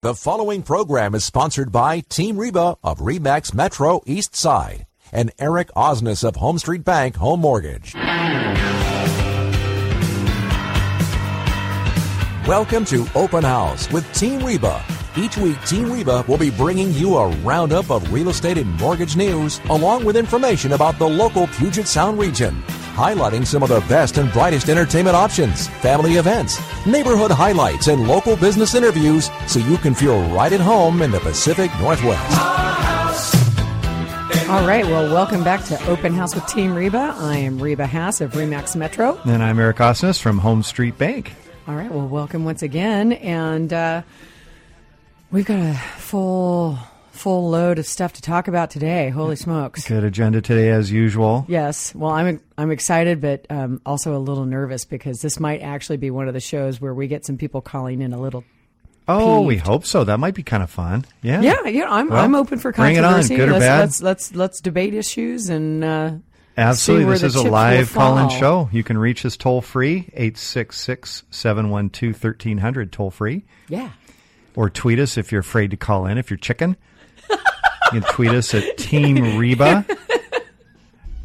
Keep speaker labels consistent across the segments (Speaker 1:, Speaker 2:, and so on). Speaker 1: The following program is sponsored by Team Reba of Remax Metro East Side and Eric Osnes of Home Street Bank Home Mortgage. Welcome to Open House with Team Reba. Each week, Team Reba will be bringing you a roundup of real estate and mortgage news, along with information about the local Puget Sound region, highlighting some of the best and brightest entertainment options, family events, neighborhood highlights, and local business interviews so you can feel right at home in the Pacific Northwest.
Speaker 2: All right, well, welcome back to Open House with Team Reba. I am Reba Haas of Remax Metro.
Speaker 3: And I'm Eric Osnes from Home Street Bank.
Speaker 2: All right, well, welcome once again, and uh, we've got a full full load of stuff to talk about today. Holy smokes!
Speaker 3: Good agenda today, as usual.
Speaker 2: Yes, well, I'm I'm excited, but um, also a little nervous because this might actually be one of the shows where we get some people calling in a little.
Speaker 3: Oh, we
Speaker 2: peeved.
Speaker 3: hope so. That might be kind of fun. Yeah.
Speaker 2: Yeah, yeah, I'm
Speaker 3: Well,
Speaker 2: I'm open for
Speaker 3: bring it on,
Speaker 2: controversy.
Speaker 3: good or
Speaker 2: let's,
Speaker 3: bad.
Speaker 2: let's let's let's debate issues and. Uh,
Speaker 3: Absolutely.
Speaker 2: see where
Speaker 3: This
Speaker 2: the
Speaker 3: is a
Speaker 2: chips will
Speaker 3: live call in
Speaker 2: fall.
Speaker 3: show. You can reach us toll free, 866 712 1300, toll free.
Speaker 2: Yeah.
Speaker 3: Or tweet us if you're afraid to call in, if you're chicken. You can tweet us at Team Reba.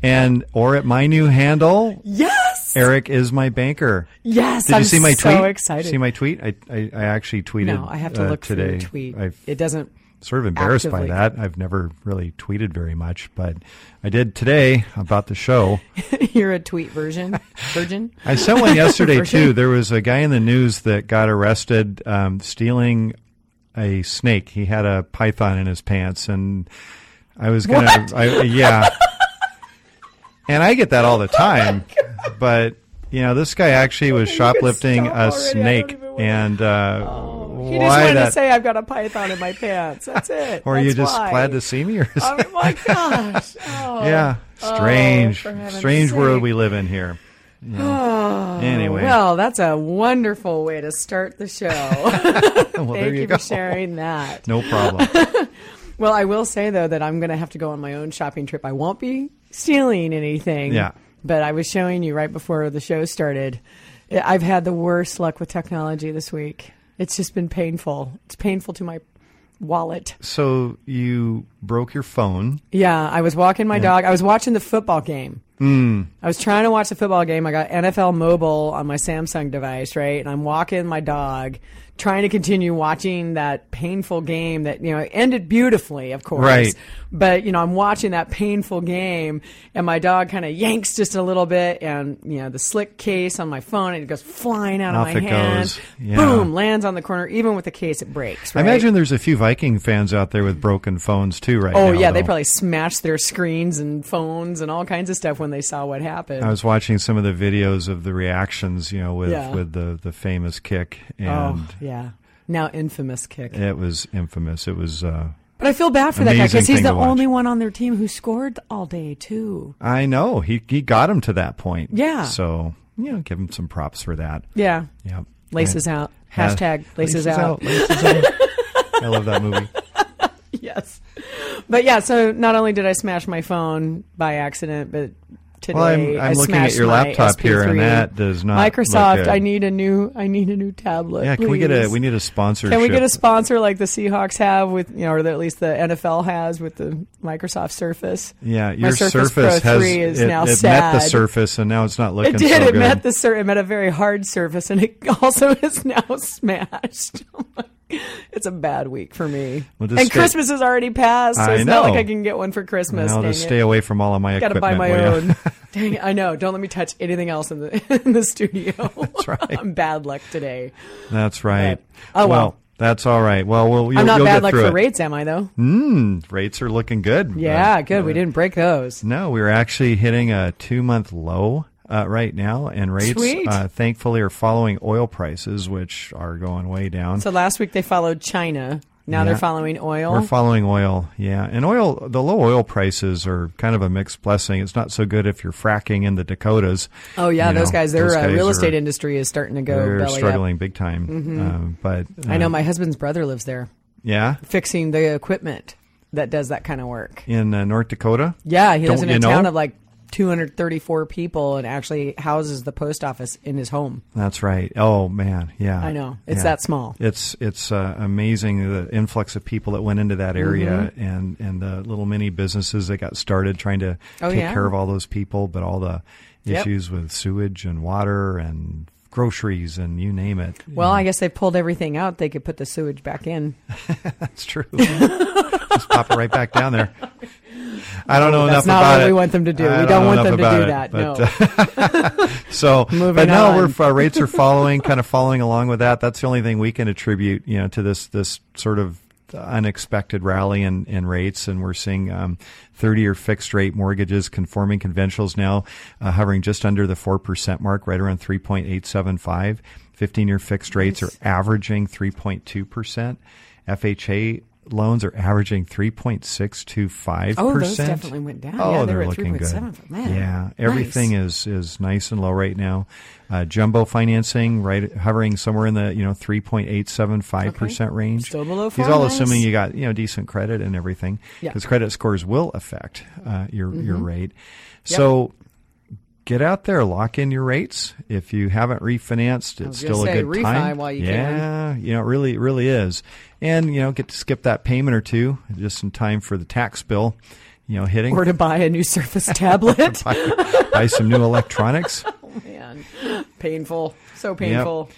Speaker 3: And or at my new handle,
Speaker 2: Yes.
Speaker 3: Eric is my banker.
Speaker 2: Yes.
Speaker 3: Did
Speaker 2: I'm
Speaker 3: you see my
Speaker 2: so
Speaker 3: tweet?
Speaker 2: excited.
Speaker 3: See my tweet? I, I, I actually tweeted.
Speaker 2: No, I have to
Speaker 3: uh,
Speaker 2: look for
Speaker 3: today.
Speaker 2: your tweet.
Speaker 3: I've-
Speaker 2: it doesn't.
Speaker 3: sort of embarrassed
Speaker 2: Actively.
Speaker 3: by that. I've never really tweeted very much, but I did today about the show.
Speaker 2: You're a tweet version, virgin.
Speaker 3: I sent one yesterday
Speaker 2: For
Speaker 3: too.
Speaker 2: sure.
Speaker 3: There was a guy in the news that got arrested um, stealing a snake. He had a python in his pants, and I was gonna, I, yeah. and I get that all
Speaker 2: Oh
Speaker 3: the time, but you know, this guy actually was shoplifting
Speaker 2: stop already.
Speaker 3: a
Speaker 2: I don't
Speaker 3: snake,
Speaker 2: even wanna- Oh.
Speaker 3: and uh,
Speaker 2: He just
Speaker 3: why
Speaker 2: wanted to
Speaker 3: that?
Speaker 2: say I've got a python in my pants. That's it.
Speaker 3: or are
Speaker 2: That's
Speaker 3: you just
Speaker 2: why.
Speaker 3: glad to see me, or
Speaker 2: Oh my gosh! Oh.
Speaker 3: Yeah, strange,
Speaker 2: for heaven's
Speaker 3: strange world
Speaker 2: sake.
Speaker 3: we live in here. Yeah. anyway,
Speaker 2: Well, that's a wonderful way to start the show. Thank
Speaker 3: well,
Speaker 2: you, for sharing that.
Speaker 3: No problem.
Speaker 2: Well, I will say though that I'm going to have to go on my own shopping trip. I won't be stealing anything.
Speaker 3: Yeah.
Speaker 2: But I was showing you right before the show started. I've had the worst luck with technology this week. It's just been painful. It's painful to my wallet.
Speaker 3: so you broke your phone.
Speaker 2: Yeah, I was walking my dog. I was watching the football game. Mm.
Speaker 3: Hmm.
Speaker 2: I was trying to watch the football game. I got NFL Mobile on my Samsung device, right? And I'm walking my dog, trying to continue watching that painful game that, you know, it ended beautifully, of course.
Speaker 3: Right.
Speaker 2: But, you know, I'm watching that painful game and my dog kind of yanks just a little bit and, you know, the slick case on my phone, it goes flying out
Speaker 3: Off
Speaker 2: of my
Speaker 3: it
Speaker 2: hand.
Speaker 3: goes. Yeah.
Speaker 2: Boom, lands on the corner. Even with the case, it breaks.
Speaker 3: I
Speaker 2: right?
Speaker 3: imagine there's a few Viking fans out there with broken phones too, right
Speaker 2: Oh
Speaker 3: now,
Speaker 2: yeah, they
Speaker 3: though.
Speaker 2: probably smashed their screens and phones and all kinds of stuff when they saw what happened.
Speaker 3: I was watching some of the videos of the reactions, you know, with
Speaker 2: Yeah.
Speaker 3: with the the famous kick, and
Speaker 2: oh yeah, now infamous kick.
Speaker 3: it was infamous. It was. Uh,
Speaker 2: but I feel bad for that guy
Speaker 3: Amazing
Speaker 2: because he's
Speaker 3: thing
Speaker 2: the
Speaker 3: to watch.
Speaker 2: only one on their team who scored all day too.
Speaker 3: I know he he got him to that point.
Speaker 2: Yeah.
Speaker 3: So you know, give him some props for that.
Speaker 2: Yeah,
Speaker 3: Yeah.
Speaker 2: laces out.
Speaker 3: Yeah.
Speaker 2: Hashtag laces, out.
Speaker 3: Laces out. I love that movie.
Speaker 2: Yes, but yeah. So not only did I smash my phone by accident, but today
Speaker 3: Well, I'm,
Speaker 2: I
Speaker 3: I'm looking at
Speaker 2: smashed
Speaker 3: your
Speaker 2: my
Speaker 3: laptop here,
Speaker 2: SP3.
Speaker 3: and that does not look
Speaker 2: Microsoft.
Speaker 3: good.
Speaker 2: I need a new. I need a new tablet.
Speaker 3: Yeah, can we get
Speaker 2: please.
Speaker 3: a? We need a sponsorship.
Speaker 2: Can we get a sponsor like the Seahawks have with you know, or at least the NFL has with the Microsoft Surface?
Speaker 3: yeah, your
Speaker 2: My Surface,
Speaker 3: Surface
Speaker 2: Pro
Speaker 3: has
Speaker 2: 3 is
Speaker 3: it,
Speaker 2: now
Speaker 3: it met
Speaker 2: sad.
Speaker 3: the Surface, and now it's not looking.
Speaker 2: It did.
Speaker 3: So
Speaker 2: it
Speaker 3: good.
Speaker 2: met the sur- it met a very hard surface, and it also is now smashed. it's a bad week for me.
Speaker 3: Well, just
Speaker 2: and
Speaker 3: stay-
Speaker 2: Christmas is already passed, so
Speaker 3: I
Speaker 2: it's not like
Speaker 3: know.
Speaker 2: I can get one for Christmas.
Speaker 3: I'll
Speaker 2: dang
Speaker 3: just
Speaker 2: it.
Speaker 3: stay away from all of my
Speaker 2: Gotta
Speaker 3: equipment.
Speaker 2: buy my
Speaker 3: will ya?
Speaker 2: own. Dang, it, I know. Don't let me touch anything else in the in the studio. That's
Speaker 3: right.
Speaker 2: I'm bad luck today.
Speaker 3: that's right.
Speaker 2: Right. Oh, well.
Speaker 3: that's all right. Well, we'll you'll,
Speaker 2: I'm not
Speaker 3: you'll
Speaker 2: bad
Speaker 3: get
Speaker 2: luck
Speaker 3: through
Speaker 2: for
Speaker 3: it.
Speaker 2: rates, am I? Though.
Speaker 3: Mm, rates are looking good.
Speaker 2: Yeah,
Speaker 3: Uh,
Speaker 2: good. We didn't break those.
Speaker 3: No, we were actually hitting a two-month low. Uh, right now, and rates
Speaker 2: Sweet.
Speaker 3: Uh, thankfully are following oil prices, which are going way down.
Speaker 2: So last week they followed China. Now
Speaker 3: Yeah.
Speaker 2: they're following oil.
Speaker 3: We're following oil, yeah. And oil, the low oil prices are kind of a mixed blessing. It's not so good if you're fracking in the Dakotas.
Speaker 2: oh yeah,
Speaker 3: You
Speaker 2: those
Speaker 3: know,
Speaker 2: guys. Their
Speaker 3: those
Speaker 2: uh, real
Speaker 3: are-
Speaker 2: estate industry is starting to go
Speaker 3: They're
Speaker 2: belly
Speaker 3: struggling
Speaker 2: up.
Speaker 3: big time. Um, but
Speaker 2: I know
Speaker 3: uh,
Speaker 2: my husband's brother lives there,
Speaker 3: yeah,
Speaker 2: fixing the equipment that does that kind of work.
Speaker 3: in uh, North Dakota.
Speaker 2: Yeah, he lives in
Speaker 3: Don't
Speaker 2: a
Speaker 3: you know?
Speaker 2: town of like 234 people and actually houses the post office in his home.
Speaker 3: That's right. Oh man, yeah.
Speaker 2: I know. It's
Speaker 3: Yeah.
Speaker 2: that small.
Speaker 3: It's it's uh, amazing the influx of people that went into that area
Speaker 2: Mm-hmm.
Speaker 3: and and the little mini businesses that got started trying to
Speaker 2: Oh,
Speaker 3: take
Speaker 2: yeah.
Speaker 3: care of all those people, but all the
Speaker 2: Yep.
Speaker 3: issues with sewage and water and groceries and you name it.
Speaker 2: Well, I guess they pulled everything out. They could put the sewage back in.
Speaker 3: That's true. Just pop it right back down there. I don't know enough
Speaker 2: That's not
Speaker 3: about
Speaker 2: what
Speaker 3: it.
Speaker 2: we want them to do.
Speaker 3: I
Speaker 2: we don't
Speaker 3: know
Speaker 2: want
Speaker 3: enough
Speaker 2: them to
Speaker 3: about
Speaker 2: do
Speaker 3: it,
Speaker 2: that.
Speaker 3: but, uh,
Speaker 2: no.
Speaker 3: So,
Speaker 2: Moving
Speaker 3: but now
Speaker 2: on.
Speaker 3: we're our rates are following, kind of following along with that. That's the only thing we can attribute, you know, to this this sort of unexpected rally in, in rates, and we're seeing um, thirty or fixed rate mortgages conforming conventionals now uh, hovering just under the four percent mark, right around three point eight seven five. Fifteen year fixed rates are averaging three point two percent. FHA loans are averaging three point six two five
Speaker 2: Oh, those
Speaker 3: percent.
Speaker 2: definitely went down.
Speaker 3: Oh,
Speaker 2: Yeah, they
Speaker 3: they're,
Speaker 2: were at
Speaker 3: looking good.
Speaker 2: 3.75. Man,
Speaker 3: yeah,
Speaker 2: nice.
Speaker 3: everything is is nice and low right now. Uh, jumbo financing, right, hovering somewhere in the you know three point eight seven five percent range.
Speaker 2: Still below
Speaker 3: These
Speaker 2: four,
Speaker 3: all
Speaker 2: nice.
Speaker 3: assuming you got you know decent credit and everything,
Speaker 2: Yeah. Mm-hmm.
Speaker 3: because credit scores will affect uh, your your rate. So. Get out there, lock in your rates. If you haven't refinanced, it's
Speaker 2: was gonna
Speaker 3: still a
Speaker 2: say,
Speaker 3: good
Speaker 2: refi
Speaker 3: time.
Speaker 2: while you
Speaker 3: yeah,
Speaker 2: can.
Speaker 3: yeah, you know, it really, it really is. And, you know, get to skip that payment or two just in time for the tax bill, you know, hitting.
Speaker 2: Or to buy a new Surface tablet.
Speaker 3: buy, buy some new electronics.
Speaker 2: Man, painful. So
Speaker 3: Yep.
Speaker 2: painful.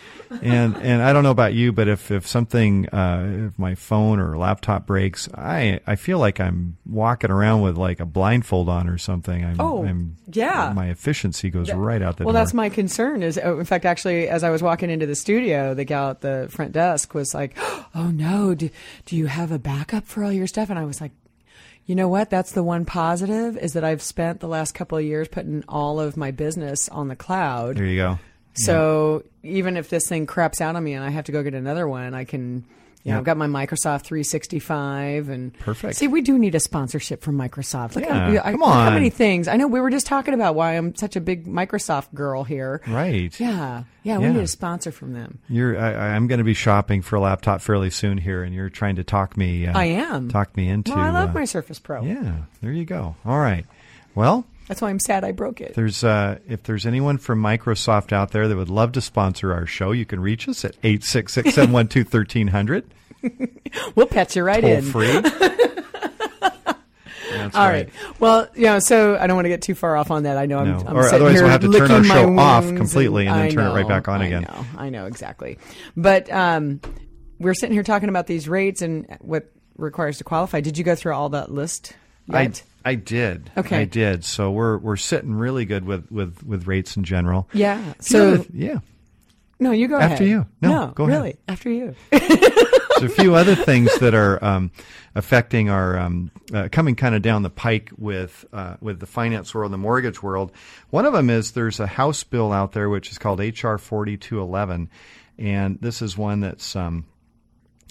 Speaker 3: And and I don't know about you, but if if something uh, if my phone or laptop breaks, I I feel like I'm walking around with like a blindfold on or something. I'm,
Speaker 2: Oh,
Speaker 3: I'm,
Speaker 2: yeah.
Speaker 3: My efficiency goes right out the
Speaker 2: Well,
Speaker 3: door.
Speaker 2: that's my concern. Is oh, in fact, actually, as I was walking into the studio, the gal at the front desk was like, "Oh no, do, do you have a backup for all your stuff?" And I was like, "You know what? That's the one positive is that I've spent the last couple of years putting all of my business on the cloud.
Speaker 3: there you go.
Speaker 2: So even if this thing craps out on me and I have to go get another one, I can." You know,
Speaker 3: Yeah.
Speaker 2: I've got my Microsoft 365 and
Speaker 3: Perfect.
Speaker 2: See, we do need a sponsorship from Microsoft. Look
Speaker 3: Yeah,
Speaker 2: how, I,
Speaker 3: come
Speaker 2: look how
Speaker 3: on.
Speaker 2: many things. I know we were just talking about why I'm such a big Microsoft girl here.
Speaker 3: Right.
Speaker 2: Yeah. Yeah, we
Speaker 3: Yeah.
Speaker 2: need a sponsor from them.
Speaker 3: You're I, I- I'm going to be shopping for a laptop fairly soon here, and you're trying to talk me. Uh,
Speaker 2: I am.
Speaker 3: Talk me into.
Speaker 2: No, Oh, I love
Speaker 3: uh,
Speaker 2: my Surface Pro.
Speaker 3: Yeah. There you go. All right. Well,
Speaker 2: That's why I'm sad I broke it.
Speaker 3: There's uh, if there's anyone from Microsoft out there that would love to sponsor our show, you can reach us at 866-712-1300,
Speaker 2: We'll patch you right
Speaker 3: toll
Speaker 2: in.
Speaker 3: free. That's
Speaker 2: All right. Well, you know, so I don't want to get too far off on that. I know
Speaker 3: No.
Speaker 2: I'm, I'm
Speaker 3: Or
Speaker 2: sitting
Speaker 3: otherwise
Speaker 2: here
Speaker 3: we'll have to turn our
Speaker 2: licking my
Speaker 3: show off
Speaker 2: wounds
Speaker 3: completely and then
Speaker 2: I
Speaker 3: turn it right
Speaker 2: know,
Speaker 3: back on
Speaker 2: I
Speaker 3: again.
Speaker 2: know, I know exactly. But um, we're sitting here talking about these rates and what requires to qualify. Did you go through all that list
Speaker 3: I,
Speaker 2: yet?
Speaker 3: I did.
Speaker 2: Okay.
Speaker 3: I did. So we're we're sitting really good with with with rates in general.
Speaker 2: yeah.
Speaker 3: You know,
Speaker 2: So
Speaker 3: yeah.
Speaker 2: no, you go ahead.
Speaker 3: After you. No, go ahead.
Speaker 2: really, after you.
Speaker 3: There's a few other things that are um, affecting our um, uh, coming kind of down the pike with uh, with the finance world and the mortgage world. One of them is there's a House bill out there which is called HR 4211, and this is one that's um,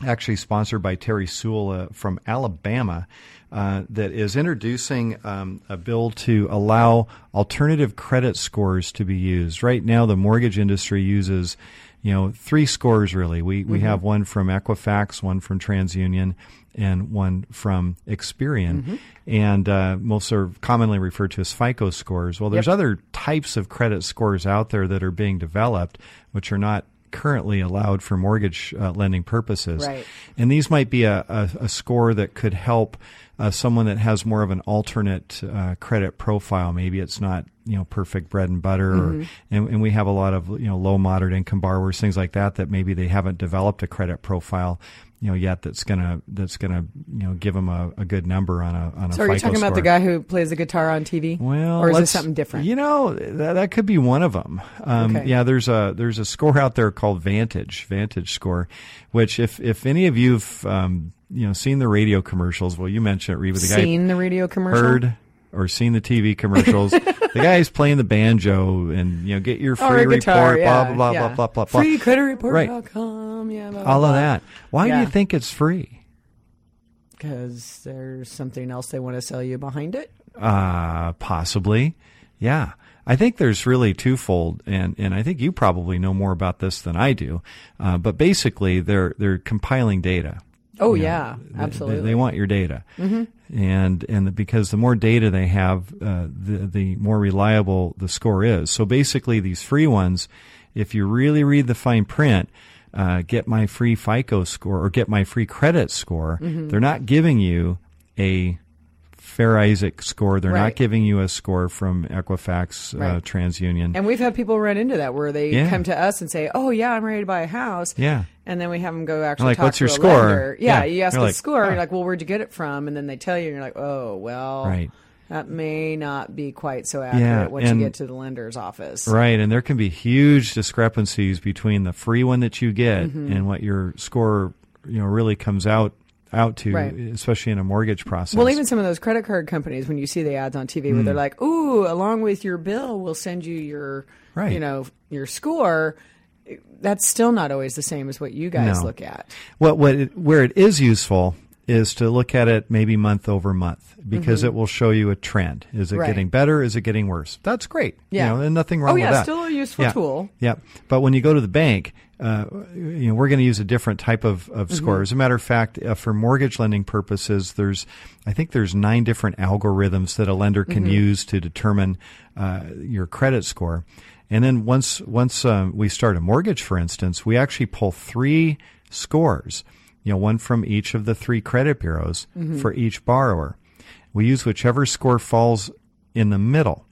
Speaker 3: actually sponsored by Terry Sewell uh, from Alabama, uh, that is introducing um, a bill to allow alternative credit scores to be used. Right now, the mortgage industry uses, you know, three scores really. We we have one from Equifax, one from TransUnion, and one from Experian, and uh, most are commonly referred to as FICO scores. Well, there's other types of credit scores out there that are being developed, which are not currently allowed for mortgage uh, lending purposes.
Speaker 2: Right.
Speaker 3: And these might be a, a, a score that could help uh, someone that has more of an alternate uh, credit profile. Maybe it's not you know perfect bread and butter,
Speaker 2: Mm-hmm.
Speaker 3: or, and, and we have a lot of you know low moderate income borrowers, things like that, that maybe they haven't developed a credit profile. You know, yet that's gonna that's gonna you know give them a, a good number on a on a.
Speaker 2: So are you
Speaker 3: FICO
Speaker 2: talking about the
Speaker 3: score.
Speaker 2: guy who plays the guitar on TV?
Speaker 3: Well,
Speaker 2: or is
Speaker 3: let's-
Speaker 2: this something different?
Speaker 3: You know, that, that could be one of them. Um,
Speaker 2: Okay.
Speaker 3: Yeah, there's a there's a score out there called Vantage Vantage Score, which if if any of you've um, you know seen the radio commercials, well, you mentioned it, Reba. The guy
Speaker 2: Seen the radio commercial?
Speaker 3: heard or seen the TV commercials. the guy's playing the banjo, and you know, get your free
Speaker 2: Or a
Speaker 3: report.
Speaker 2: guitar, yeah,
Speaker 3: blah blah blah
Speaker 2: yeah.
Speaker 3: blah blah blah. blah. Right.
Speaker 2: FreecreditReport.com. Yeah, blah,
Speaker 3: All of that. Why do
Speaker 2: Yeah.
Speaker 3: you think it's free?
Speaker 2: Because there's something else they want to sell you behind it.
Speaker 3: Uh, possibly. Yeah. I think there's really twofold, and, and I think you probably know more about this than I do. Uh, but basically, they're, they're compiling data.
Speaker 2: Oh
Speaker 3: you know,
Speaker 2: yeah,
Speaker 3: they-
Speaker 2: absolutely. Mm-hmm.
Speaker 3: They, they want your data, and and the, because the more data they have, uh, the the more reliable the score is. So basically, these free ones, if you really read the fine print. Uh, get my free FICO score or get my free credit score.
Speaker 2: Mm-hmm.
Speaker 3: They're not giving you a Fair Isaac score. They're
Speaker 2: Right.
Speaker 3: not giving you a score from Equifax, uh,
Speaker 2: Right.
Speaker 3: TransUnion.
Speaker 2: and we've had people run into that where they
Speaker 3: Yeah.
Speaker 2: come to us and say, "Oh yeah, I'm ready to buy a house."
Speaker 3: Yeah.
Speaker 2: And then we have them go actually
Speaker 3: Like,
Speaker 2: talk
Speaker 3: "What's
Speaker 2: to
Speaker 3: your
Speaker 2: a
Speaker 3: score?"
Speaker 2: lender. Yeah,
Speaker 3: Yeah.
Speaker 2: you ask
Speaker 3: They're
Speaker 2: the
Speaker 3: like,
Speaker 2: score,
Speaker 3: "Ah."
Speaker 2: you're like, "Well, where'd you get it from?" And then they tell you, and you're like, "Oh, well,
Speaker 3: Right.
Speaker 2: that may not be quite so accurate
Speaker 3: Yeah,
Speaker 2: once
Speaker 3: and-
Speaker 2: you get to the lender's office."
Speaker 3: Right, and there can be huge discrepancies between the free one that you get
Speaker 2: Mm-hmm.
Speaker 3: and what your score, you know, really comes out out to,
Speaker 2: Right.
Speaker 3: especially in a mortgage process.
Speaker 2: Well, even some of those credit card companies, when you see the ads on TV where
Speaker 3: Hmm.
Speaker 2: they're like, "Ooh, along with your bill, we'll send you your,
Speaker 3: Right.
Speaker 2: you know, your score." That's still not always the same as what you guys
Speaker 3: No.
Speaker 2: look at.
Speaker 3: what what it, where it is useful is to look at it maybe month over month because it will show you a trend. Is it
Speaker 2: Mm-hmm. Right.
Speaker 3: getting better? Is it getting worse? That's great. You
Speaker 2: Yeah.
Speaker 3: know, and nothing wrong
Speaker 2: Oh,
Speaker 3: with
Speaker 2: yeah,
Speaker 3: that.
Speaker 2: still a useful tool.
Speaker 3: Yeah, but when you go to the bank, uh, you know we're going to use a different type of, of score. As a matter of fact, uh, for mortgage lending purposes, there's I think there's nine different algorithms that a lender can use to determine uh, your credit score. And then once once um, we start a mortgage, for instance, we actually pull three scores, you know, one from each of the three credit bureaus for each borrower. We use whichever score falls in the middle.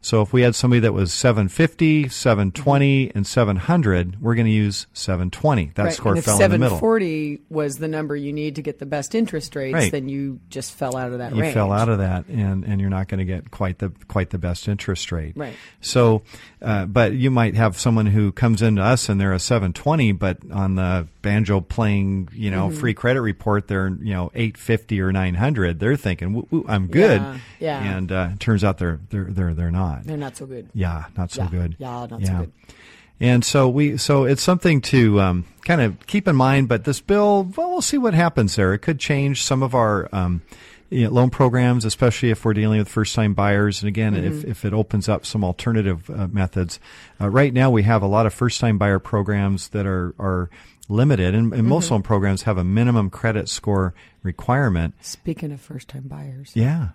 Speaker 3: So if we had somebody that was 750, 720, and 700, we're going to use 720. That
Speaker 2: Right?
Speaker 3: score
Speaker 2: and if
Speaker 3: fell in the middle.
Speaker 2: 740 was the number you need to get the best interest rates,
Speaker 3: Right.
Speaker 2: then you just fell out of that
Speaker 3: You
Speaker 2: range.
Speaker 3: fell out of that, and, and you're not going to get quite the quite the best interest rate.
Speaker 2: Right.
Speaker 3: So, uh, but you might have someone who comes into us and they're a 720, but on the banjo playing, you know,
Speaker 2: Mm-hmm.
Speaker 3: free credit report, they're you know 850 or 900. They're thinking, "Woo, woo, I'm good.
Speaker 2: Yeah, yeah.
Speaker 3: And uh, it turns out they're they're they're they're not.
Speaker 2: They're not so good.
Speaker 3: Yeah, not so
Speaker 2: Yeah.
Speaker 3: good.
Speaker 2: Yeah, not so good.
Speaker 3: And so we, so it's something to um, kind of keep in mind. But this bill, well, we'll see what happens there. It could change some of our um, you know, loan programs, especially if we're dealing with first-time buyers. And again, if,
Speaker 2: Mm-hmm.
Speaker 3: if it opens up some alternative uh, methods. Uh, right now, we have a lot of first-time buyer programs that are are limited, and, and
Speaker 2: Mm-hmm.
Speaker 3: most loan programs have a minimum credit score requirement.
Speaker 2: Speaking of first time buyers,
Speaker 3: Yeah.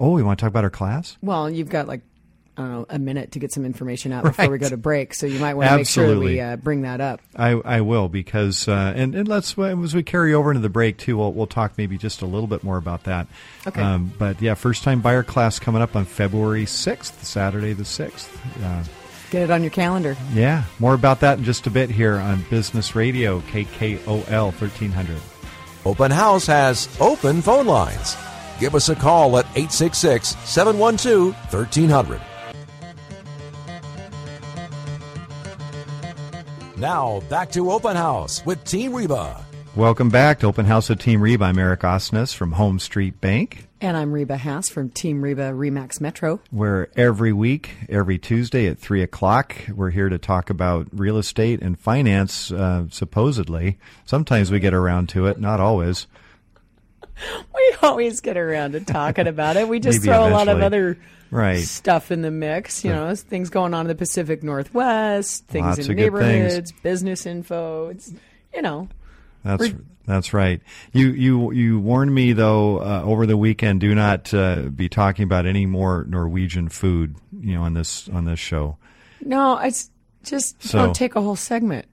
Speaker 3: Oh, we want to talk about our class?
Speaker 2: well, you've got like, I don't know, a minute to get some information out before we
Speaker 3: Right.
Speaker 2: go to break. So you might want to make sure that we
Speaker 3: Absolutely.
Speaker 2: uh, bring that up.
Speaker 3: I, I will because uh, and and let's as we carry over into the break too. We'll we'll talk maybe just a little bit more about that. Um,
Speaker 2: Okay.
Speaker 3: but yeah, first time buyer class coming up on February sixth, Saturday the sixth. Uh,
Speaker 2: Get it on your calendar.
Speaker 3: yeah, more about that in just a bit here on Business Radio KKOL thirteen hundred.
Speaker 1: Open House has open phone lines. Give us a call at 866 712 1300. Now, back to Open House with Team Reba.
Speaker 3: Welcome back to Open House of Team Reba. I'm Eric Osnes from Home Street Bank.
Speaker 2: And I'm Reba Haas from Team Reba Remax Metro.
Speaker 3: where every week, every Tuesday at 3 o'clock, we're here to talk about real estate and finance, uh, supposedly. Sometimes we get around to it, not always.
Speaker 2: We always get around to talking about it. We just
Speaker 3: Maybe
Speaker 2: throw a lot of
Speaker 3: eventually.
Speaker 2: other
Speaker 3: Right.
Speaker 2: stuff in the mix. You know, things going on in the Pacific Northwest, things
Speaker 3: Lots
Speaker 2: in
Speaker 3: of good things.
Speaker 2: neighborhoods, business info. It's you know,
Speaker 3: That's that's right. You you you warned me though uh, over the weekend. Do not uh, be talking about any more Norwegian food. You know on this on this show.
Speaker 2: no, it's just
Speaker 3: So-
Speaker 2: don't take a whole segment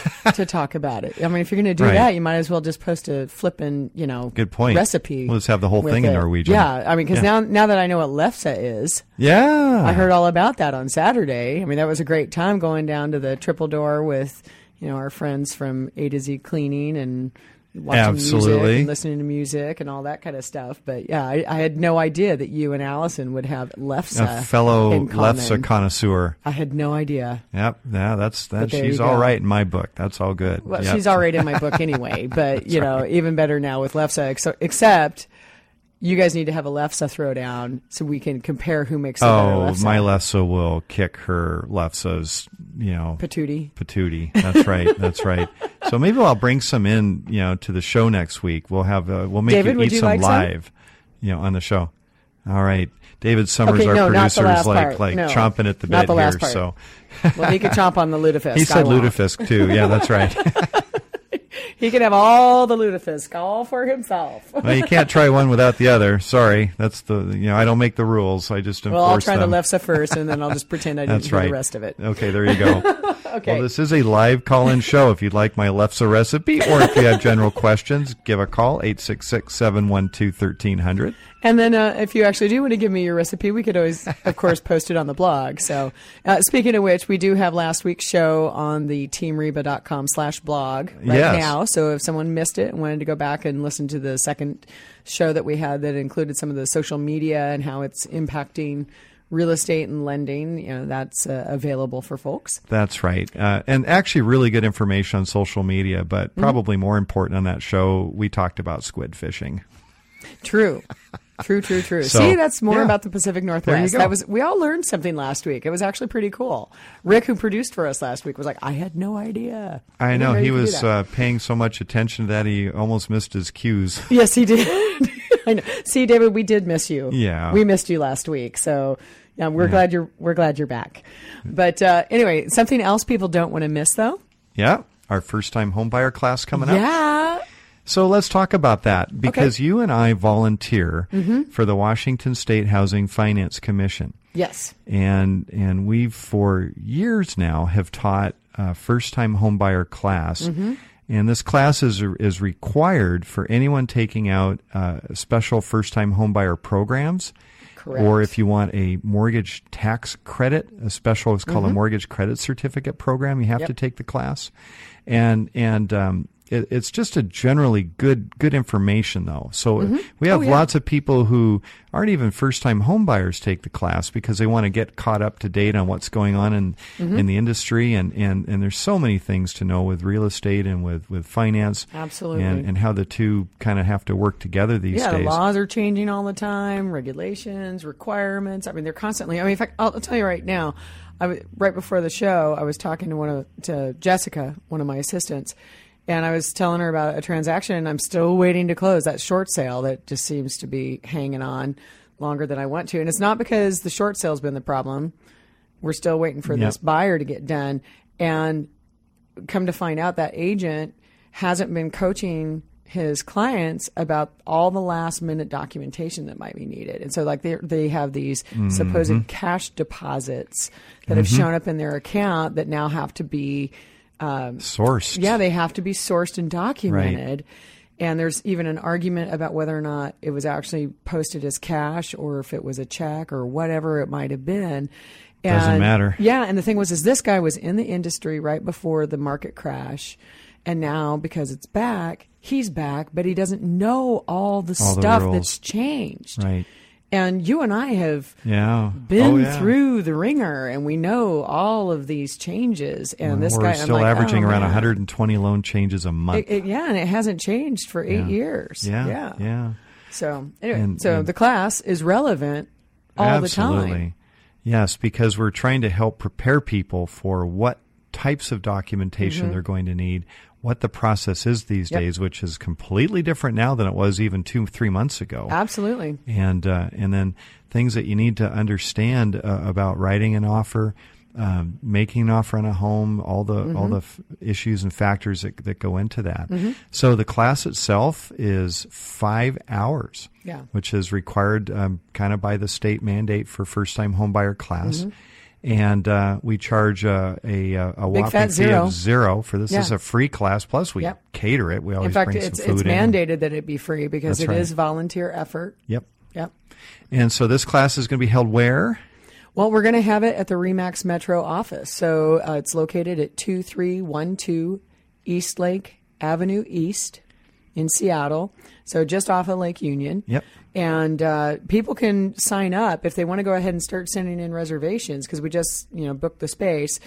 Speaker 2: to talk about it. I mean, if you're going to do
Speaker 3: Right.
Speaker 2: that, you might as well just post a flippin', you know,
Speaker 3: Good point.
Speaker 2: recipe.
Speaker 3: We'll just have the whole
Speaker 2: with
Speaker 3: thing in
Speaker 2: it.
Speaker 3: Norwegian.
Speaker 2: Yeah, I mean, because now now that I know what lefse is.
Speaker 3: Yeah,
Speaker 2: I heard all about that on Saturday. I mean, that was a great time going down to the triple door with, you know, our friends from A to Z cleaning and watching music
Speaker 3: Absolutely.
Speaker 2: and listening to music and all that kind of stuff. But yeah, I, I had no idea that you and Allison would have lefse.
Speaker 3: a fellow
Speaker 2: in common.
Speaker 3: lefse connoisseur.
Speaker 2: I had no idea.
Speaker 3: Yep, yeah, that's that.
Speaker 2: there
Speaker 3: She's
Speaker 2: you
Speaker 3: all
Speaker 2: go.
Speaker 3: right in my book. That's all good.
Speaker 2: Well,
Speaker 3: Yep.
Speaker 2: she's already in my book anyway, but you know, even better now with lefse. Ex- except you guys need to have a lefse throwdown so we can compare who makes the
Speaker 3: Oh,
Speaker 2: better lefse.
Speaker 3: my Lessa will kick her Lefsa's, you know,
Speaker 2: patootie.
Speaker 3: patootie. That's right. That's right. So maybe I'll bring some in, you know, to the show next week. We'll have uh, we'll make
Speaker 2: David,
Speaker 3: you
Speaker 2: would
Speaker 3: eat
Speaker 2: you
Speaker 3: some
Speaker 2: like some?
Speaker 3: live, you know, on the show. All right, David Summers,
Speaker 2: Okay,
Speaker 3: our
Speaker 2: no, not the
Speaker 3: producer, is
Speaker 2: last
Speaker 3: like
Speaker 2: part.
Speaker 3: like
Speaker 2: No,
Speaker 3: chomping at the
Speaker 2: not
Speaker 3: bit
Speaker 2: the
Speaker 3: here.
Speaker 2: last part.
Speaker 3: So
Speaker 2: Well, he could chomp on the lutefisk.
Speaker 3: he
Speaker 2: I
Speaker 3: said
Speaker 2: won't.
Speaker 3: lutefisk too. Yeah, that's right.
Speaker 2: He can have all the lutefisk all for himself.
Speaker 3: Well, you can't try one without the other. Sorry, that's the you know I don't make the rules. I just enforce
Speaker 2: Well, I'll try
Speaker 3: them.
Speaker 2: the lefse first, and then I'll just pretend I didn't
Speaker 3: That's
Speaker 2: hear
Speaker 3: right.
Speaker 2: the rest of it.
Speaker 3: Okay, there you go.
Speaker 2: Okay.
Speaker 3: Well, this is a live call in show. If you'd like my left's a recipe, or if you have general questions, give a call 866 712 1300.
Speaker 2: And then, uh, if you actually do want to give me your recipe, we could always, of course, post it on the blog. So, uh, speaking of which, we do have last week's show on the teamreba.com slash blog right
Speaker 3: Yes.
Speaker 2: now. So, if someone missed it and wanted to go back and listen to the second show that we had that included some of the social media and how it's impacting real estate and lending, you know, that's uh, available for folks.
Speaker 3: That's right. Uh, and actually, really good information on social media,
Speaker 2: Mm-hmm.
Speaker 3: but probably more important on that show, we talked about squid fishing.
Speaker 2: True. True, true, true.
Speaker 3: So,
Speaker 2: See, that's more
Speaker 3: yeah.
Speaker 2: about the Pacific Northwest.
Speaker 3: go.
Speaker 2: That was we all learned something last week. It was actually pretty cool. Rick, who produced for us last week, was like, I had no idea.
Speaker 3: I
Speaker 2: didn't
Speaker 3: know
Speaker 2: you
Speaker 3: he
Speaker 2: could do
Speaker 3: was
Speaker 2: that."
Speaker 3: uh, paying so much attention to that he almost missed his cues.
Speaker 2: Yes, he did. I know. See, David, we did miss you.
Speaker 3: Yeah.
Speaker 2: we missed you last week. So yeah, we're glad you're we're glad you're back. But uh, anyway, something else people don't want to miss though.
Speaker 3: Yeah, our first time homebuyer class coming up.
Speaker 2: Yeah.
Speaker 3: So let's talk about that because you and I volunteer
Speaker 2: Mm-hmm.
Speaker 3: for the Washington State Housing Finance Commission.
Speaker 2: Yes.
Speaker 3: and and we for years now have taught a first time homebuyer class. And this class is is required for anyone taking out uh, special first time homebuyer programs,
Speaker 2: Correct.
Speaker 3: or if you want a mortgage tax credit, a special it's called a mortgage credit certificate program. You have
Speaker 2: Mm-hmm. Yep.
Speaker 3: to take the class, and and um, it, it's just a generally good good information though. So uh,
Speaker 2: Mm-hmm.
Speaker 3: we
Speaker 2: Oh,
Speaker 3: have lots of people who aren't even first time home buyers take the class because they want to get caught up to date on what's going on in
Speaker 2: Mm-hmm.
Speaker 3: in the industry and, and and there's so many things to know with real estate and with with finance
Speaker 2: Absolutely.
Speaker 3: and, and how the two kind of have to work together these
Speaker 2: Yeah, the
Speaker 3: days.
Speaker 2: laws are changing all the time, regulations, requirements. I mean, they're constantly. I mean, in fact, I'll, I'll tell you right now. I was, right before the show, I was talking to one of to Jessica, one of my assistants, and I was telling her about a transaction. and I'm still waiting to close that short sale that just seems to be hanging on longer than I want to. And it's not because the short sale's been the problem. We're still waiting for
Speaker 3: Yeah.
Speaker 2: this buyer to get done, and come to find out that agent hasn't been coaching his clients about all the last minute documentation that might be needed. And so like they they have these supposed cash deposits that have shown up in their account that now have to be um,
Speaker 3: Sourced.
Speaker 2: yeah, they have to be sourced and documented. And there's even an argument about whether or not it was actually posted as cash or if it was a check or whatever it might have been. And,
Speaker 3: Doesn't matter.
Speaker 2: Yeah, and the thing was is this guy was in the industry right before the market crash and now because it's back, he's back, but he doesn't know all the
Speaker 3: All the
Speaker 2: stuff
Speaker 3: rules.
Speaker 2: that's changed.
Speaker 3: Right.
Speaker 2: And you and I have
Speaker 3: Yeah.
Speaker 2: been
Speaker 3: Oh, yeah.
Speaker 2: through the ringer and we know all of these changes and this
Speaker 3: We're
Speaker 2: guy I'm
Speaker 3: still
Speaker 2: like,
Speaker 3: averaging
Speaker 2: oh,
Speaker 3: around
Speaker 2: man.
Speaker 3: 120 loan changes a month.
Speaker 2: It, it- yeah, and it hasn't changed for eight years.
Speaker 3: yeah,
Speaker 2: yeah,
Speaker 3: yeah.
Speaker 2: So anyway,
Speaker 3: And-
Speaker 2: so
Speaker 3: and-
Speaker 2: the class is relevant all
Speaker 3: Absolutely.
Speaker 2: the time.
Speaker 3: Yes, because we're trying to help prepare people for what types of documentation they're going to need, what the process is these
Speaker 2: Mm-hmm. Yep.
Speaker 3: days, which is completely different now than it was even two, three months ago.
Speaker 2: Absolutely.
Speaker 3: and uh, and then things that you need to understand uh, about writing an offer, um, making an offer on a home, all the
Speaker 2: Mm-hmm.
Speaker 3: all the f- issues and factors that, that go into that. So the class itself is five hours,
Speaker 2: Yeah.
Speaker 3: which is required um, kind of by the state mandate for first time homebuyer class. And uh, we charge uh, a a, a whopping
Speaker 2: Mm-hmm. fat
Speaker 3: fee
Speaker 2: zero.
Speaker 3: of zero for this. This is
Speaker 2: Yeah.
Speaker 3: a free class. Plus, we
Speaker 2: Yep.
Speaker 3: cater it. We always
Speaker 2: In fact,
Speaker 3: bring
Speaker 2: it's
Speaker 3: some
Speaker 2: it's
Speaker 3: food in.
Speaker 2: mandated that it be free because
Speaker 3: That's
Speaker 2: it is
Speaker 3: right.
Speaker 2: volunteer effort.
Speaker 3: Yep.
Speaker 2: Yep.
Speaker 3: And so this class is going to be held where?
Speaker 2: Well, we're going to have it at the Remax Metro office. So uh, it's located at 2312 East Lake Avenue East in Seattle. So just off of Lake Union.
Speaker 3: Yep.
Speaker 2: And uh, people can sign up if they want to go ahead and start sending in reservations because we just, you know, booked the space.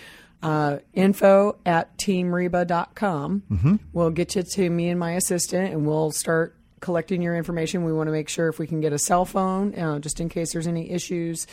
Speaker 2: Uh, info at teamreba.com we will get you to me and my assistant and we'll start collecting your information. We want to make sure if we can get a cell phone, uh, just in case there's any issues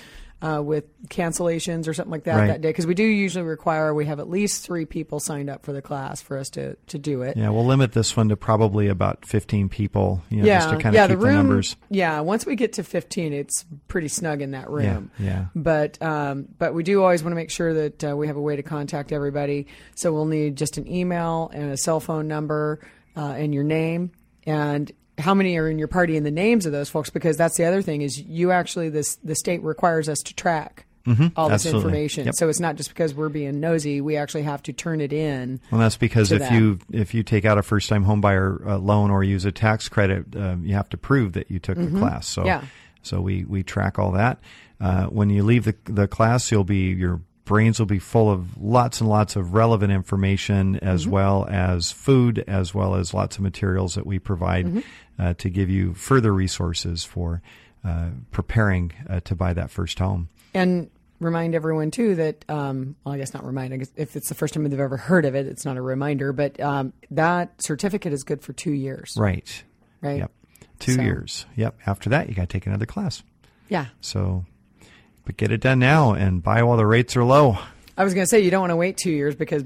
Speaker 2: uh, with cancellations or something like that
Speaker 3: Right.
Speaker 2: that day because we do usually require we have at least three people signed up for the class for us to to do it.
Speaker 3: Yeah, we'll limit this one to probably about 15 people, you know, just to kind of
Speaker 2: yeah.
Speaker 3: keep
Speaker 2: the room,
Speaker 3: numbers.
Speaker 2: yeah. Once we get to fifteen, it's pretty snug in that room.
Speaker 3: yeah.
Speaker 2: But um, but we do always want to make sure that uh, we have a way to contact everybody. So we'll need just an email and a cell phone number uh, and your name and how many are in your party and the names of those folks because that's the other thing is you actually this the state requires us to track. All this
Speaker 3: Mm-hmm. absolutely.
Speaker 2: information,
Speaker 3: Yep.
Speaker 2: so it's not just because we're being nosy. We actually have to turn it in.
Speaker 3: Well, that's because
Speaker 2: to
Speaker 3: if
Speaker 2: that.
Speaker 3: you if you take out a first time homebuyer uh, loan or use a tax credit, um, you have to prove that you took the class. So
Speaker 2: Mm-hmm. Yeah.
Speaker 3: so we we track all that. Uh, when you leave the the class, you'll be your brains will be full of lots and lots of relevant information as
Speaker 2: Mm-hmm.
Speaker 3: well as food as well as lots of materials that we provide
Speaker 2: Mm-hmm.
Speaker 3: uh, to give you further resources for uh, preparing uh, to buy that first home.
Speaker 2: And remind everyone too that, um, well, I guess not remind. I guess if it's the first time they've ever heard of it, it's not a reminder. But um, that certificate is good for two years,
Speaker 3: Right.
Speaker 2: right?
Speaker 3: Yep. Two
Speaker 2: So-
Speaker 3: years. Yep. After that, you got to take another class.
Speaker 2: Yeah.
Speaker 3: So, but get it done now and buy while the rates are low.
Speaker 2: I was going to say you don't want to wait two years because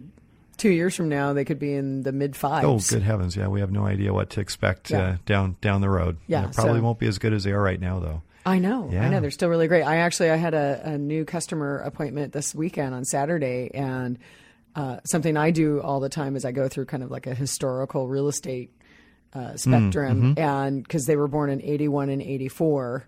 Speaker 2: two years from now they could be in the mid
Speaker 3: Oh,
Speaker 2: fives.
Speaker 3: good heavens! Yeah, we have no idea what to expect uh,
Speaker 2: Yeah.
Speaker 3: down down the road.
Speaker 2: Yeah,
Speaker 3: They probably
Speaker 2: so-
Speaker 3: won't be as good as they are right now, though.
Speaker 2: I know.
Speaker 3: Yeah.
Speaker 2: I know. They're still really great. I actually I had a, a new customer appointment this weekend on Saturday and uh, something I do all the time is I go through kind of like a historical real estate uh,
Speaker 3: Mm,
Speaker 2: spectrum
Speaker 3: mm-hmm.
Speaker 2: and because they were born in 81 and 84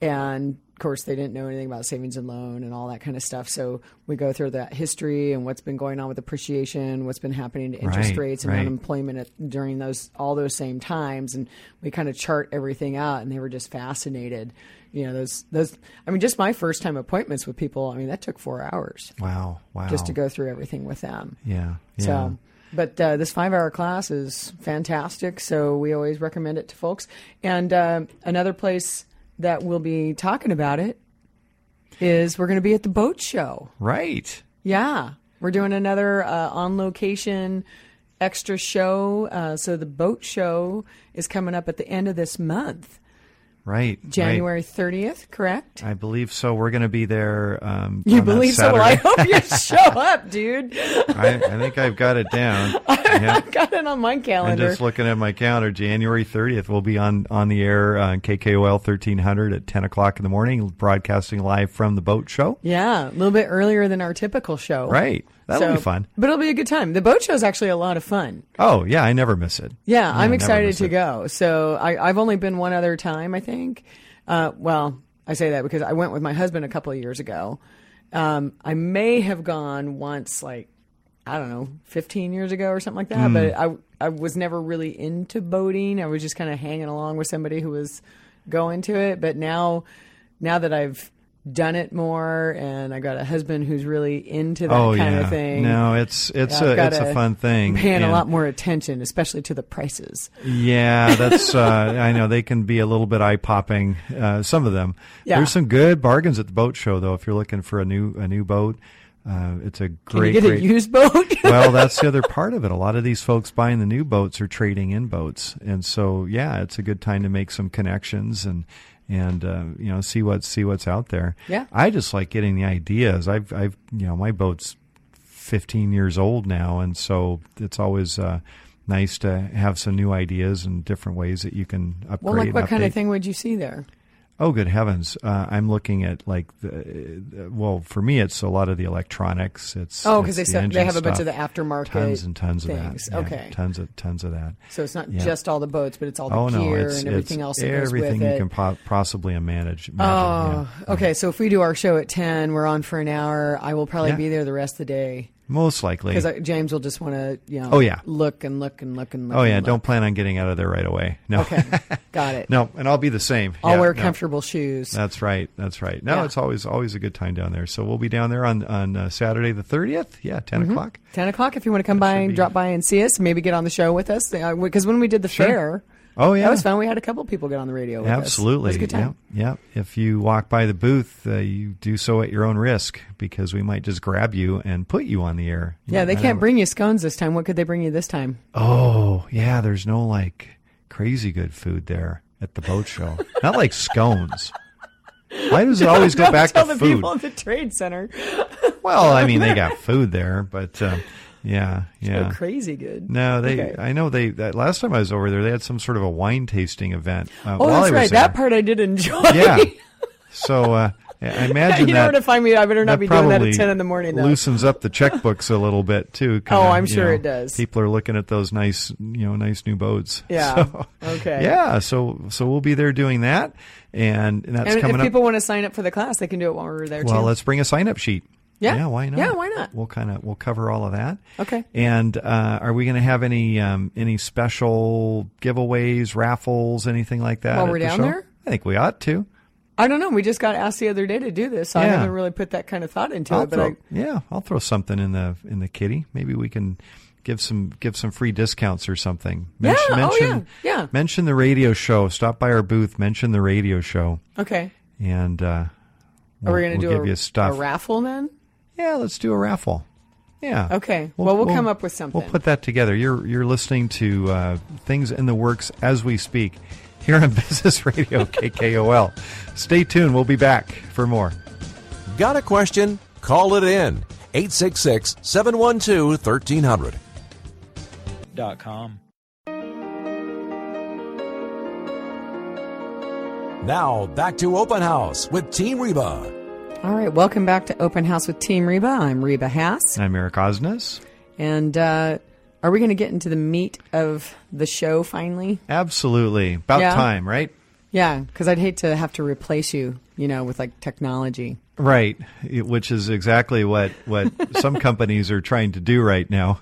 Speaker 2: and of course they didn't know anything about savings and loan and all that kind of stuff so we go through that history and what's been going on with appreciation what's been happening to interest
Speaker 3: Right,
Speaker 2: rates and
Speaker 3: right.
Speaker 2: unemployment at, during those all those same times and we kind of chart everything out and they were just fascinated you know those those i mean just my first time appointments with people i mean that took four hours
Speaker 3: Wow! Wow!
Speaker 2: just to go through everything with them
Speaker 3: Yeah. Yeah.
Speaker 2: so, but uh, this five hour class is fantastic. So we always recommend it to folks. And uh, another place that we'll be talking about it is we're going to be at the boat show.
Speaker 3: Right.
Speaker 2: Yeah. We're doing another uh, on location extra show. Uh, so the boat show is coming up at the end of this month,
Speaker 3: Right. right.
Speaker 2: January 30th, correct?
Speaker 3: I believe so. We're going to be there. Um,
Speaker 2: You
Speaker 3: on that
Speaker 2: believe so? Well, I
Speaker 3: Saturday.
Speaker 2: hope you show up, dude.
Speaker 3: I, I think I've got it down. Yeah.
Speaker 2: I've got it on my
Speaker 3: I'm
Speaker 2: calendar.
Speaker 3: just looking at my calendar. January 30th, we'll be on, on the air uh, on KKOL 1300 at 10 o'clock in the morning, broadcasting live from the boat show.
Speaker 2: Yeah, a little bit earlier than our typical show.
Speaker 3: Right. That'll
Speaker 2: So-
Speaker 3: be fun.
Speaker 2: But it'll be a good time. The boat show is actually a lot of fun.
Speaker 3: Oh, yeah, I never miss it.
Speaker 2: Yeah, I'm
Speaker 3: never
Speaker 2: excited
Speaker 3: miss
Speaker 2: to
Speaker 3: it.
Speaker 2: go. So I, I've only been one other time, I think. Uh, well, I say that because I went with my husband a couple of years ago. Um, I may have gone once, like I don't know, 15 years ago or something like that. But
Speaker 3: Hmm.
Speaker 2: I I was never really into boating. I was just kind of hanging along with somebody who was going to it. But now, now that I've done it more and I got a husband who's really into that
Speaker 3: Oh,
Speaker 2: kind
Speaker 3: yeah.
Speaker 2: of thing.
Speaker 3: No, it's it's
Speaker 2: I've
Speaker 3: a it's
Speaker 2: gotta
Speaker 3: a fun thing.
Speaker 2: Paying a
Speaker 3: and-
Speaker 2: lot more attention, especially to the prices.
Speaker 3: Yeah, that's uh, I know they can be a little bit eye popping. Uh, some of them.
Speaker 2: Yeah.
Speaker 3: There's some good bargains at the boat show though. If you're looking for a new a new boat, uh, it's a
Speaker 2: Can
Speaker 3: great
Speaker 2: you get
Speaker 3: great
Speaker 2: a used boat?
Speaker 3: well, that's the other part of it. A lot of these folks buying the new boats are trading in boats, and so yeah, it's a good time to make some connections and and uh, you know see what see what's out there.
Speaker 2: Yeah.
Speaker 3: I just like getting the ideas. I've I've you know my boat's 15 years old now, and so it's always. Uh, Nice to have some new ideas and different ways that you can upgrade.
Speaker 2: well, like
Speaker 3: and
Speaker 2: what kind
Speaker 3: update.
Speaker 2: of thing would you see there?
Speaker 3: Oh, good heavens! Uh, I'm looking at like the uh, well for me, it's a lot of the electronics. It's
Speaker 2: Oh, because they
Speaker 3: it's the
Speaker 2: sell- they
Speaker 3: engine
Speaker 2: have a bunch of the
Speaker 3: stuff
Speaker 2: aftermarket
Speaker 3: tons and tons
Speaker 2: things.
Speaker 3: of that. Yeah,
Speaker 2: Okay.
Speaker 3: tons of tons of that.
Speaker 2: So it's not
Speaker 3: Yeah.
Speaker 2: just all the boats, but it's all the
Speaker 3: oh no,
Speaker 2: gear
Speaker 3: it's
Speaker 2: and everything
Speaker 3: it's
Speaker 2: else that goes
Speaker 3: everything
Speaker 2: with
Speaker 3: you
Speaker 2: it.
Speaker 3: can po- possibly manage. imagine,
Speaker 2: oh,
Speaker 3: yeah.
Speaker 2: okay. So if we do our show at ten, we're on for an hour. I will probably
Speaker 3: Yeah.
Speaker 2: be there the rest of the day
Speaker 3: most likely.
Speaker 2: because James will just want to, you know,
Speaker 3: Oh, yeah.
Speaker 2: look and look and look and look.
Speaker 3: oh
Speaker 2: and
Speaker 3: yeah,
Speaker 2: look.
Speaker 3: don't plan on getting out of there right away. No,
Speaker 2: Okay, got it.
Speaker 3: no, and I'll be the same.
Speaker 2: I'll
Speaker 3: Yeah,
Speaker 2: wear
Speaker 3: no.
Speaker 2: comfortable shoes.
Speaker 3: That's right. That's right. No,
Speaker 2: Yeah.
Speaker 3: it's always always a good time down there. So we'll be down there on on uh, Saturday the thirtieth. Yeah, 10
Speaker 2: Mm-hmm.
Speaker 3: o'clock.
Speaker 2: 10 o'clock if you want to come by
Speaker 3: should
Speaker 2: and
Speaker 3: be-
Speaker 2: drop by and see us maybe get on the show with us because when we did the fair
Speaker 3: Oh, yeah.
Speaker 2: that was fun we had a couple people get on the radio with
Speaker 3: Absolutely.
Speaker 2: us. It was a good time
Speaker 3: Yep. Yep. If you walk by the booth, uh, you do so at your own risk because we might just grab you and put you on the air. You
Speaker 2: yeah
Speaker 3: might
Speaker 2: they
Speaker 3: not
Speaker 2: can't
Speaker 3: have-
Speaker 2: bring you scones this time what could they bring you this time
Speaker 3: Oh, yeah. There's no like crazy good food there at the boat show. Not like scones. Why does it always go
Speaker 2: Don't
Speaker 3: back
Speaker 2: tell
Speaker 3: to
Speaker 2: the
Speaker 3: food?
Speaker 2: people at the trade center.
Speaker 3: Well, I mean, they got food there, but um, yeah, yeah.
Speaker 2: Oh, crazy good.
Speaker 3: No, they.
Speaker 2: Okay.
Speaker 3: I know they. That last time I was over there, they had some sort of a wine tasting event. Uh,
Speaker 2: Oh,
Speaker 3: while I
Speaker 2: that's
Speaker 3: was
Speaker 2: right.
Speaker 3: there.
Speaker 2: That part I did enjoy.
Speaker 3: Yeah. so uh, I imagine
Speaker 2: you know
Speaker 3: that,
Speaker 2: where to find me. I better not
Speaker 3: that
Speaker 2: be doing that
Speaker 3: probably
Speaker 2: at 10 in the morning, though.
Speaker 3: Loosens up the checkbooks a little bit too. kinda,
Speaker 2: Oh, I'm
Speaker 3: you
Speaker 2: sure
Speaker 3: know,
Speaker 2: it does.
Speaker 3: People are looking at those nice, you know, nice new boats.
Speaker 2: Yeah.
Speaker 3: So,
Speaker 2: Okay.
Speaker 3: Yeah. So so we'll be there doing that, and, and that's
Speaker 2: and if
Speaker 3: coming up.
Speaker 2: people want to sign up for the class, they can do it while we're there,
Speaker 3: Well,
Speaker 2: too.
Speaker 3: let's bring a sign up sheet.
Speaker 2: Yeah.
Speaker 3: why not?
Speaker 2: Yeah, why not?
Speaker 3: We'll kind of we'll cover all of that.
Speaker 2: Okay.
Speaker 3: And uh, are we going to have any um, any special giveaways, raffles, anything like that?
Speaker 2: While
Speaker 3: at
Speaker 2: we're
Speaker 3: the
Speaker 2: down
Speaker 3: show?
Speaker 2: there?
Speaker 3: I think we ought to.
Speaker 2: I don't know. We just got asked the other day to do this. So I
Speaker 3: Yeah.
Speaker 2: haven't really put that kind of thought into
Speaker 3: I'll
Speaker 2: it. But
Speaker 3: throw,
Speaker 2: I,
Speaker 3: yeah, I'll throw something in the in the kitty. Maybe we can give some give some free discounts or something.
Speaker 2: Yeah, oh,
Speaker 3: mention,
Speaker 2: yeah, yeah.
Speaker 3: Mention the radio show. Stop by our booth. Mention the radio show,
Speaker 2: okay.
Speaker 3: and uh,
Speaker 2: Are
Speaker 3: we'll,
Speaker 2: we going to
Speaker 3: we'll
Speaker 2: do
Speaker 3: give
Speaker 2: a,
Speaker 3: you stuff.
Speaker 2: a raffle then?
Speaker 3: Yeah, let's do a raffle. Yeah.
Speaker 2: Okay. Well, we'll come up with something.
Speaker 3: We'll put that together. You're you're listening to uh, things in the works as we speak here on Business Radio KKOL. Stay tuned. We'll be back for more.
Speaker 1: Got a question? Call it in. 866 712 1300.
Speaker 4: dot com.
Speaker 1: Now, back to Open House with Team Reba.
Speaker 2: All right. Welcome back to Open House with Team Reba. I'm Reba Hass.
Speaker 3: I'm Eric Osnes.
Speaker 2: And uh, are we going to get into the meat of the show finally?
Speaker 3: Absolutely. About
Speaker 2: Yeah.
Speaker 3: time, right?
Speaker 2: Yeah, because I'd hate to have to replace you, you know, with like technology.
Speaker 3: Right, It- which is exactly what what some companies are trying to do right now.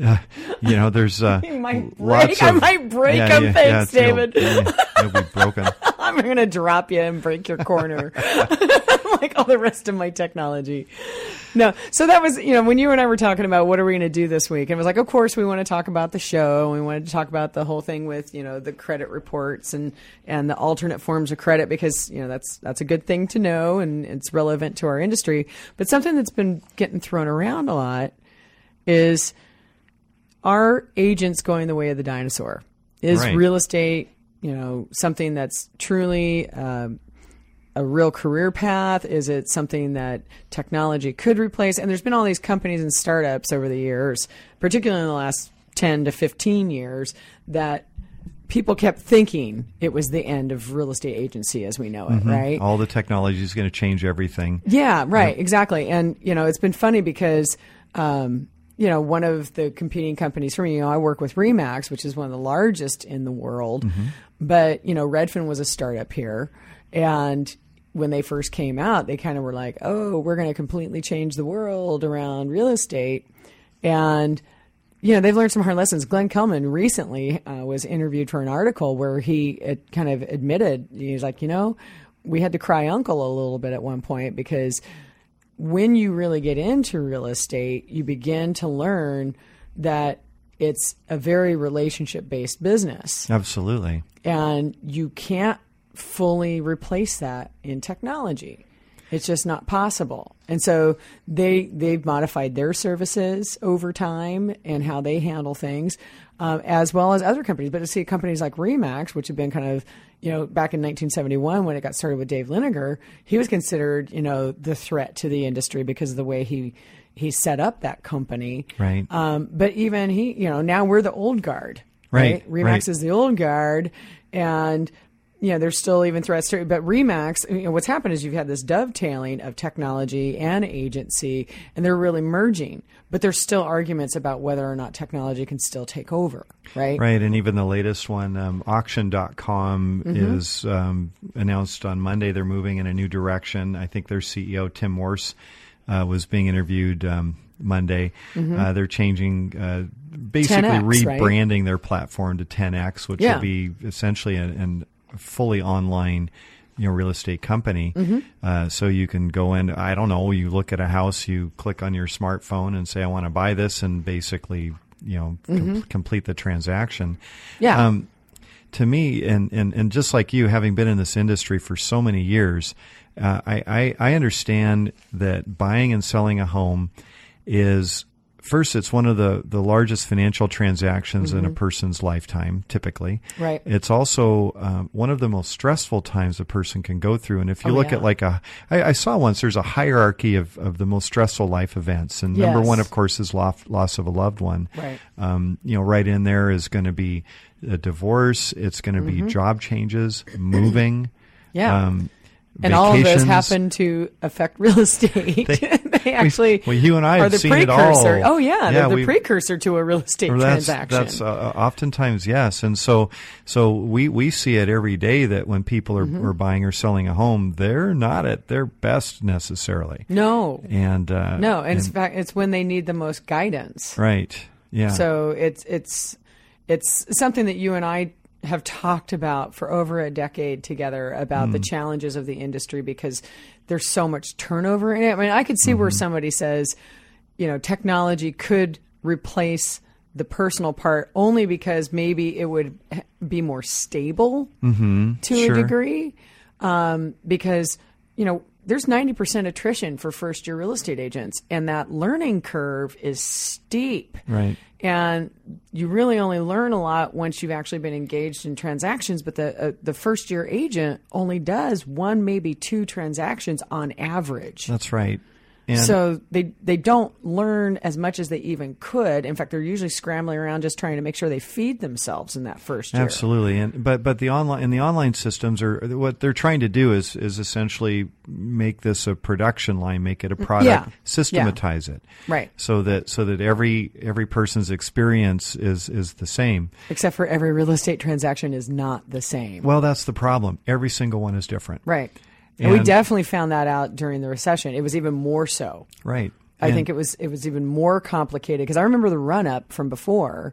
Speaker 3: Uh, you know, there's uh,
Speaker 2: You might
Speaker 3: lots
Speaker 2: break- I
Speaker 3: of-
Speaker 2: might break 'em. Thanks,
Speaker 3: it's-
Speaker 2: David.
Speaker 3: You'll, yeah, you'll be broken.
Speaker 2: I'm going to drop you and break your corner, like all the rest of my technology. No, so that was, you know, when you and I were talking about what are we going to do this week, and it was like, of course, we want to talk about the show. We wanted to talk about the whole thing with, you know, the credit reports and and the alternate forms of credit because you know that's that's a good thing to know and it's relevant to our industry. But something that's been getting thrown around a lot is are agents going the way of the dinosaur? Is
Speaker 3: Right.
Speaker 2: real estate, you know, something that's truly um, a real career path? Is it something that technology could replace? And there's been all these companies and startups over the years, particularly in the last 10 to 15 years, that people kept thinking it was the end of real estate agency as we know it, right?
Speaker 3: All the technology is going to change everything.
Speaker 2: Yeah, right, exactly. And you know, it's been funny because um, you know, one of the competing companies for me, you know, I work with Remax, which is one of the largest in the world. But, you know, Redfin was a startup here and when they first came out, they kind of were like, "Oh, we're going to completely change the world around real estate." And you know, they've learned some hard lessons. Glenn Kellman recently uh, was interviewed for an article where he it kind of admitted, he's like, you know, we had to cry uncle a little bit at one point because when you really get into real estate, you begin to learn that it's a very relationship based business
Speaker 3: Absolutely.
Speaker 2: and you can't fully replace that in technology. It's just not possible. And so they they've modified their services over time and how they handle things, um, as well as other companies. But to see companies like Remax, which have been kind of you know back in 1971 when it got started with Dave Liniger, he was considered you know the threat to the industry because of the way he he set up that company.
Speaker 3: Right.
Speaker 2: Um, but even he, you know, now we're the old guard.
Speaker 3: Right,
Speaker 2: Remax
Speaker 3: right.
Speaker 2: is the old guard, and you know there's still even threats to. But Remax, you know, what's happened is you've had this dovetailing of technology and agency, and they're really merging. But there's still arguments about whether or not technology can still take over, right?
Speaker 3: Right, and even the latest one, um, auction.com
Speaker 2: Mm-hmm.
Speaker 3: is um, announced on Monday they're moving in a new direction. I think their CEO, Tim Morse, uh, was being interviewed um, Monday. Uh, they're changing, uh,
Speaker 2: 10X,
Speaker 3: basically
Speaker 2: Mm-hmm. right?
Speaker 3: rebranding their platform to 10X, which
Speaker 2: Yeah.
Speaker 3: will be essentially a, an fully online you know, real estate company. Uh, so you can go in, I don't know, you look at a house, you click on your smartphone and say, I want to buy this, and basically, you know, com- complete the transaction.
Speaker 2: Yeah.
Speaker 3: Um, to me, and, and, and just like you, having been in this industry for so many years, uh, I, I, I understand that buying and selling a home is first it's one of the the largest financial transactions in a person's lifetime typically
Speaker 2: Mm-hmm. Right.
Speaker 3: it's also um, one of the most stressful times a person can go through and if you
Speaker 2: Oh,
Speaker 3: look
Speaker 2: yeah.
Speaker 3: at like a I, I saw once there's a hierarchy of, of the most stressful life events and number
Speaker 2: Yes.
Speaker 3: one of course is loss, loss of a loved one
Speaker 2: Right.
Speaker 3: um, you know right in there is going to be a divorce it's going to
Speaker 2: Mm-hmm.
Speaker 3: be job changes moving
Speaker 2: Yeah.
Speaker 3: um,
Speaker 2: and all of those
Speaker 3: vacations.
Speaker 2: happen to affect real estate. They, actually,
Speaker 3: well, you and I
Speaker 2: are
Speaker 3: have
Speaker 2: the
Speaker 3: seen it all.
Speaker 2: precursor. Oh yeah,
Speaker 3: Yeah,
Speaker 2: they're the
Speaker 3: we-
Speaker 2: precursor to a real estate
Speaker 3: Well, that's,
Speaker 2: transaction.
Speaker 3: That's uh, oftentimes yes, and so so we we see it every day that when people are,
Speaker 2: Mm-hmm.
Speaker 3: are buying or selling a home, they're not at their best necessarily.
Speaker 2: no,
Speaker 3: And uh,
Speaker 2: no, and, it's fact, it's when they need the most guidance.
Speaker 3: right, yeah.
Speaker 2: So it's it's it's something that you and I have talked about for over a decade together about
Speaker 3: Mm.
Speaker 2: the challenges of the industry because there's so much turnover in it. I mean, I could see
Speaker 3: Mm-hmm.
Speaker 2: where somebody says, you know, technology could replace the personal part only because maybe it would h- be more stable to
Speaker 3: Mm-hmm. Sure.
Speaker 2: a degree um, because you know there's 90% attrition for first year real estate agents and that learning curve is steep
Speaker 3: Right.
Speaker 2: and you really only learn a lot once you've actually been engaged in transactions but the uh, the first year agent only does one maybe two transactions on average
Speaker 3: that's right. And
Speaker 2: so they they don't learn as much as they even could in fact they're usually scrambling around just trying to make sure they feed themselves in that first year
Speaker 3: Absolutely, and but but the online and the online systems are what they're trying to do is is essentially make this a production line, make it a product,
Speaker 2: Mm, Yeah.
Speaker 3: systematize it,
Speaker 2: Right.
Speaker 3: So that so that every every person's experience is is the same.
Speaker 2: except for every real estate transaction is not the same
Speaker 3: Well, that's the problem. Every single one is different,
Speaker 2: Right. And, we
Speaker 3: And-
Speaker 2: definitely found that out during the recession. It was even more so.
Speaker 3: right.
Speaker 2: I
Speaker 3: And-
Speaker 2: think it was it was even more complicated because I remember the run up from before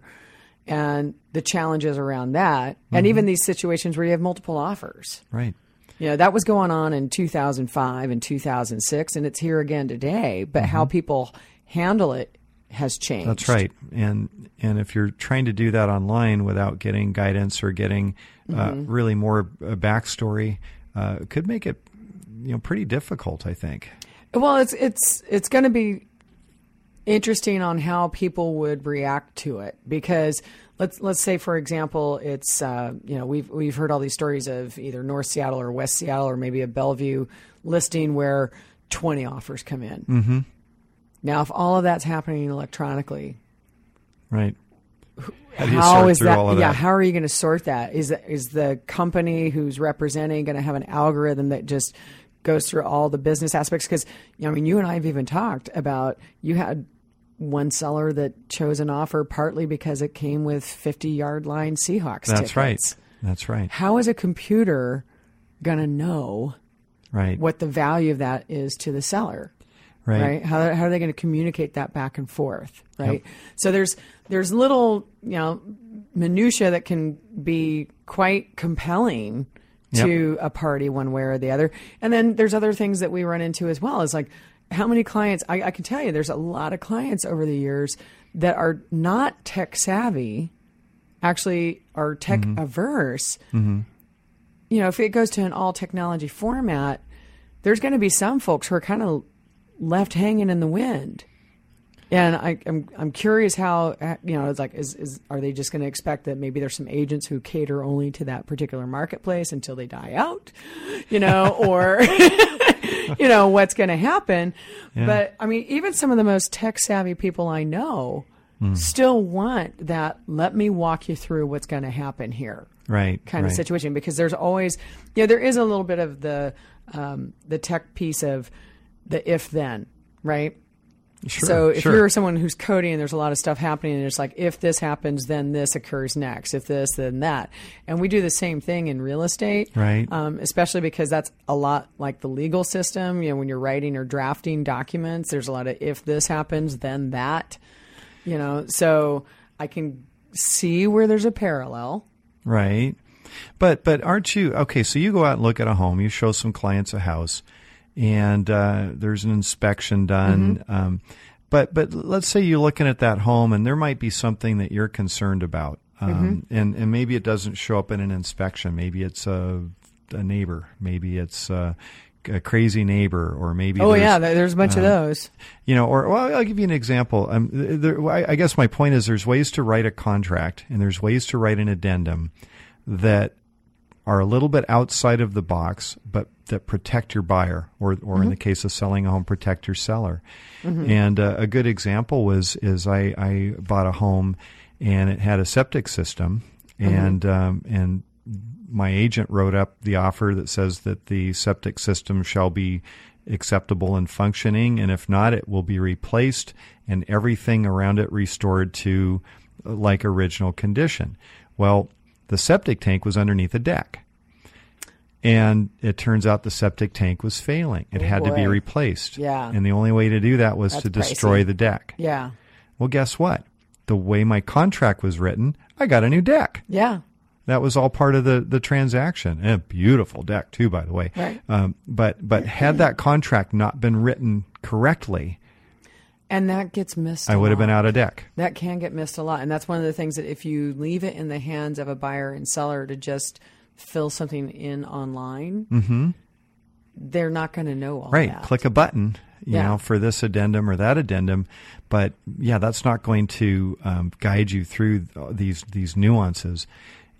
Speaker 2: and the challenges around that
Speaker 3: Mm-hmm.
Speaker 2: and even these situations where you have multiple offers.
Speaker 3: right.
Speaker 2: You know, that was going on in 2005 and 2006 and it's here again today, but how people handle it has changed.
Speaker 3: Mm-hmm. That's right. And and if you're trying to do that online without getting guidance or getting uh,
Speaker 2: Mm-hmm.
Speaker 3: really more a backstory, uh, it could make it you know pretty difficult. I think.
Speaker 2: Well, it's it's it's going to be interesting on how people would react to it because let's let's say for example it's uh, you know we've we've heard all these stories of either North Seattle or West Seattle or maybe a Bellevue listing where 20 offers come in. Mm-hmm. Now, if all of that's happening electronically,
Speaker 3: Right. How do you
Speaker 2: how
Speaker 3: sort
Speaker 2: is
Speaker 3: through
Speaker 2: that,
Speaker 3: all of
Speaker 2: yeah
Speaker 3: that?
Speaker 2: how are you going to sort that is that is the company who's representing going to have an algorithm that just goes through all the business aspects because i mean you and i have even talked about you had one seller that chose an offer partly because it came with 50 yard line seahawks
Speaker 3: That's
Speaker 2: tickets.
Speaker 3: right. That's right.
Speaker 2: how is a computer going to know
Speaker 3: Right.
Speaker 2: what the value of that is to the seller
Speaker 3: right.
Speaker 2: right? How, how are they going to communicate that back and forth, right? So there's there's little you know minutia that can be quite compelling to a party one way or the other, and then there's other things that we run into as well. Is like how many clients I, I can tell you there's a lot of clients over the years that are not tech savvy, actually are tech averse. You know, if it goes to an all technology format, there's going to be some folks who are kind of left hanging in the wind. And I, I'm I'm curious how uh, you know it's like is, is are they just going to expect that maybe there's some agents who cater only to that particular marketplace until they die out, you know, or you know what's going to happen. But I mean, even some of the most tech savvy people I know still want that. Let me walk you through what's going to happen here
Speaker 3: Right.
Speaker 2: kind
Speaker 3: right.
Speaker 2: of situation because there's always you know there is a little bit of the um, the tech piece of the if then right
Speaker 3: Sure,
Speaker 2: so if
Speaker 3: sure.
Speaker 2: you're someone who's coding and there's a lot of stuff happening and it's like if this happens then this occurs next if this then that and we do the same thing in real estate
Speaker 3: Right.
Speaker 2: um, especially because that's a lot like the legal system you know when you're writing or drafting documents there's a lot of if this happens then that you know so i can see where there's a parallel
Speaker 3: Right. But but aren't you okay? So you go out and look at a home. You show some clients a house, and uh, there's an inspection done.
Speaker 2: Mm-hmm.
Speaker 3: Um, but but let's say you're looking at that home, and there might be something that you're concerned about, um,
Speaker 2: Mm-hmm.
Speaker 3: and and maybe it doesn't show up in an inspection. Maybe it's a a neighbor. Maybe it's uh, a crazy neighbor, or maybe
Speaker 2: Oh
Speaker 3: there's-
Speaker 2: yeah, there- there's a bunch of those.
Speaker 3: you know, or well, I'll give you an example. Um, there, I, I guess my point is there's ways to write a contract and there's ways to write an addendum that are a little bit outside of the box, but that protect your buyer, or, or in the case of selling a home, protect your seller. And uh, a good example was is I, I bought a home and it had a septic system, and um, and my agent wrote up the offer that says that the septic system shall be acceptable and functioning, and if not, it will be replaced and everything around it restored to uh, like original condition. Well, the septic tank was underneath a deck. And it turns out the septic tank was failing. It had to be
Speaker 2: Oh, boy.
Speaker 3: replaced.
Speaker 2: Yeah.
Speaker 3: And the only way to do that was
Speaker 2: That's
Speaker 3: to destroy
Speaker 2: pricey.
Speaker 3: the deck.
Speaker 2: Yeah.
Speaker 3: Well, guess what? The way my contract was written, I got a new deck.
Speaker 2: Yeah.
Speaker 3: That was all part of the the transaction. And a beautiful deck too, by the way.
Speaker 2: Right.
Speaker 3: Um, but but had that contract not been written correctly,
Speaker 2: And that gets missed.
Speaker 3: I
Speaker 2: a
Speaker 3: would have
Speaker 2: lot.
Speaker 3: been out of deck.
Speaker 2: That can get missed a lot. And that's one of the things that if you leave it in the hands of a buyer and seller to just fill something in online, they're not going to know all
Speaker 3: Mm-hmm. Right.
Speaker 2: that.
Speaker 3: Click a button, you
Speaker 2: Yeah.
Speaker 3: know, for this addendum or that addendum. But yeah, that's not going to um, guide you through th- these these nuances,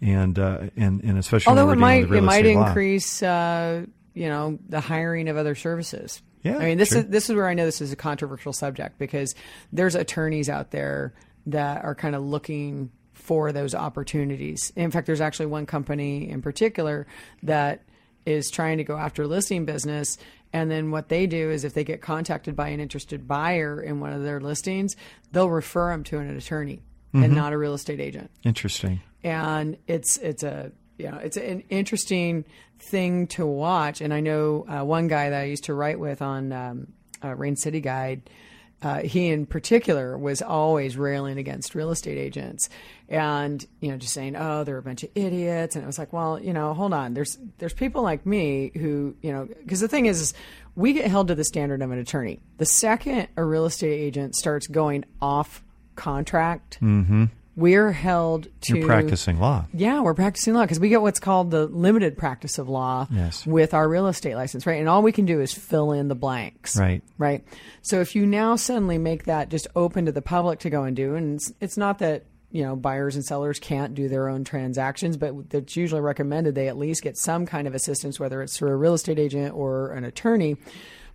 Speaker 3: and uh, and and especially
Speaker 2: Although it
Speaker 3: when we're dealing
Speaker 2: might
Speaker 3: with real
Speaker 2: it might
Speaker 3: estate law.
Speaker 2: increase, uh, you know, the hiring of other services.
Speaker 3: Yeah,
Speaker 2: I mean this
Speaker 3: true.
Speaker 2: is this is where I know this is a controversial subject because there's attorneys out there that are kind of looking for those opportunities. In fact, there's actually one company in particular that is trying to go after listing business. And then what they do is if they get contacted by an interested buyer in one of their listings, they'll refer them to an attorney
Speaker 3: Mm-hmm.
Speaker 2: and not a real estate agent
Speaker 3: Interesting.
Speaker 2: and it's it's a you know it's an interesting thing to watch. And I know uh, one guy that I used to write with on um, uh, Rain City Guide. Uh, he in particular was always railing against real estate agents and you know just saying oh they're a bunch of idiots and it was like well you know hold on there's there's people like me who you know because the thing is, is we get held to the standard of an attorney the second a real estate agent starts going off contract we're held to
Speaker 3: You're practicing law.
Speaker 2: yeah, we're practicing law because we get what's called the limited practice of law
Speaker 3: Yes.
Speaker 2: with our real estate license, right? And all we can do is fill in the blanks.
Speaker 3: Right.
Speaker 2: Right. So if you now suddenly make that just open to the public to go and do, and it's, it's not that, you know, buyers and sellers can't do their own transactions, but it's usually recommended they at least get some kind of assistance, whether it's through a real estate agent or an attorney.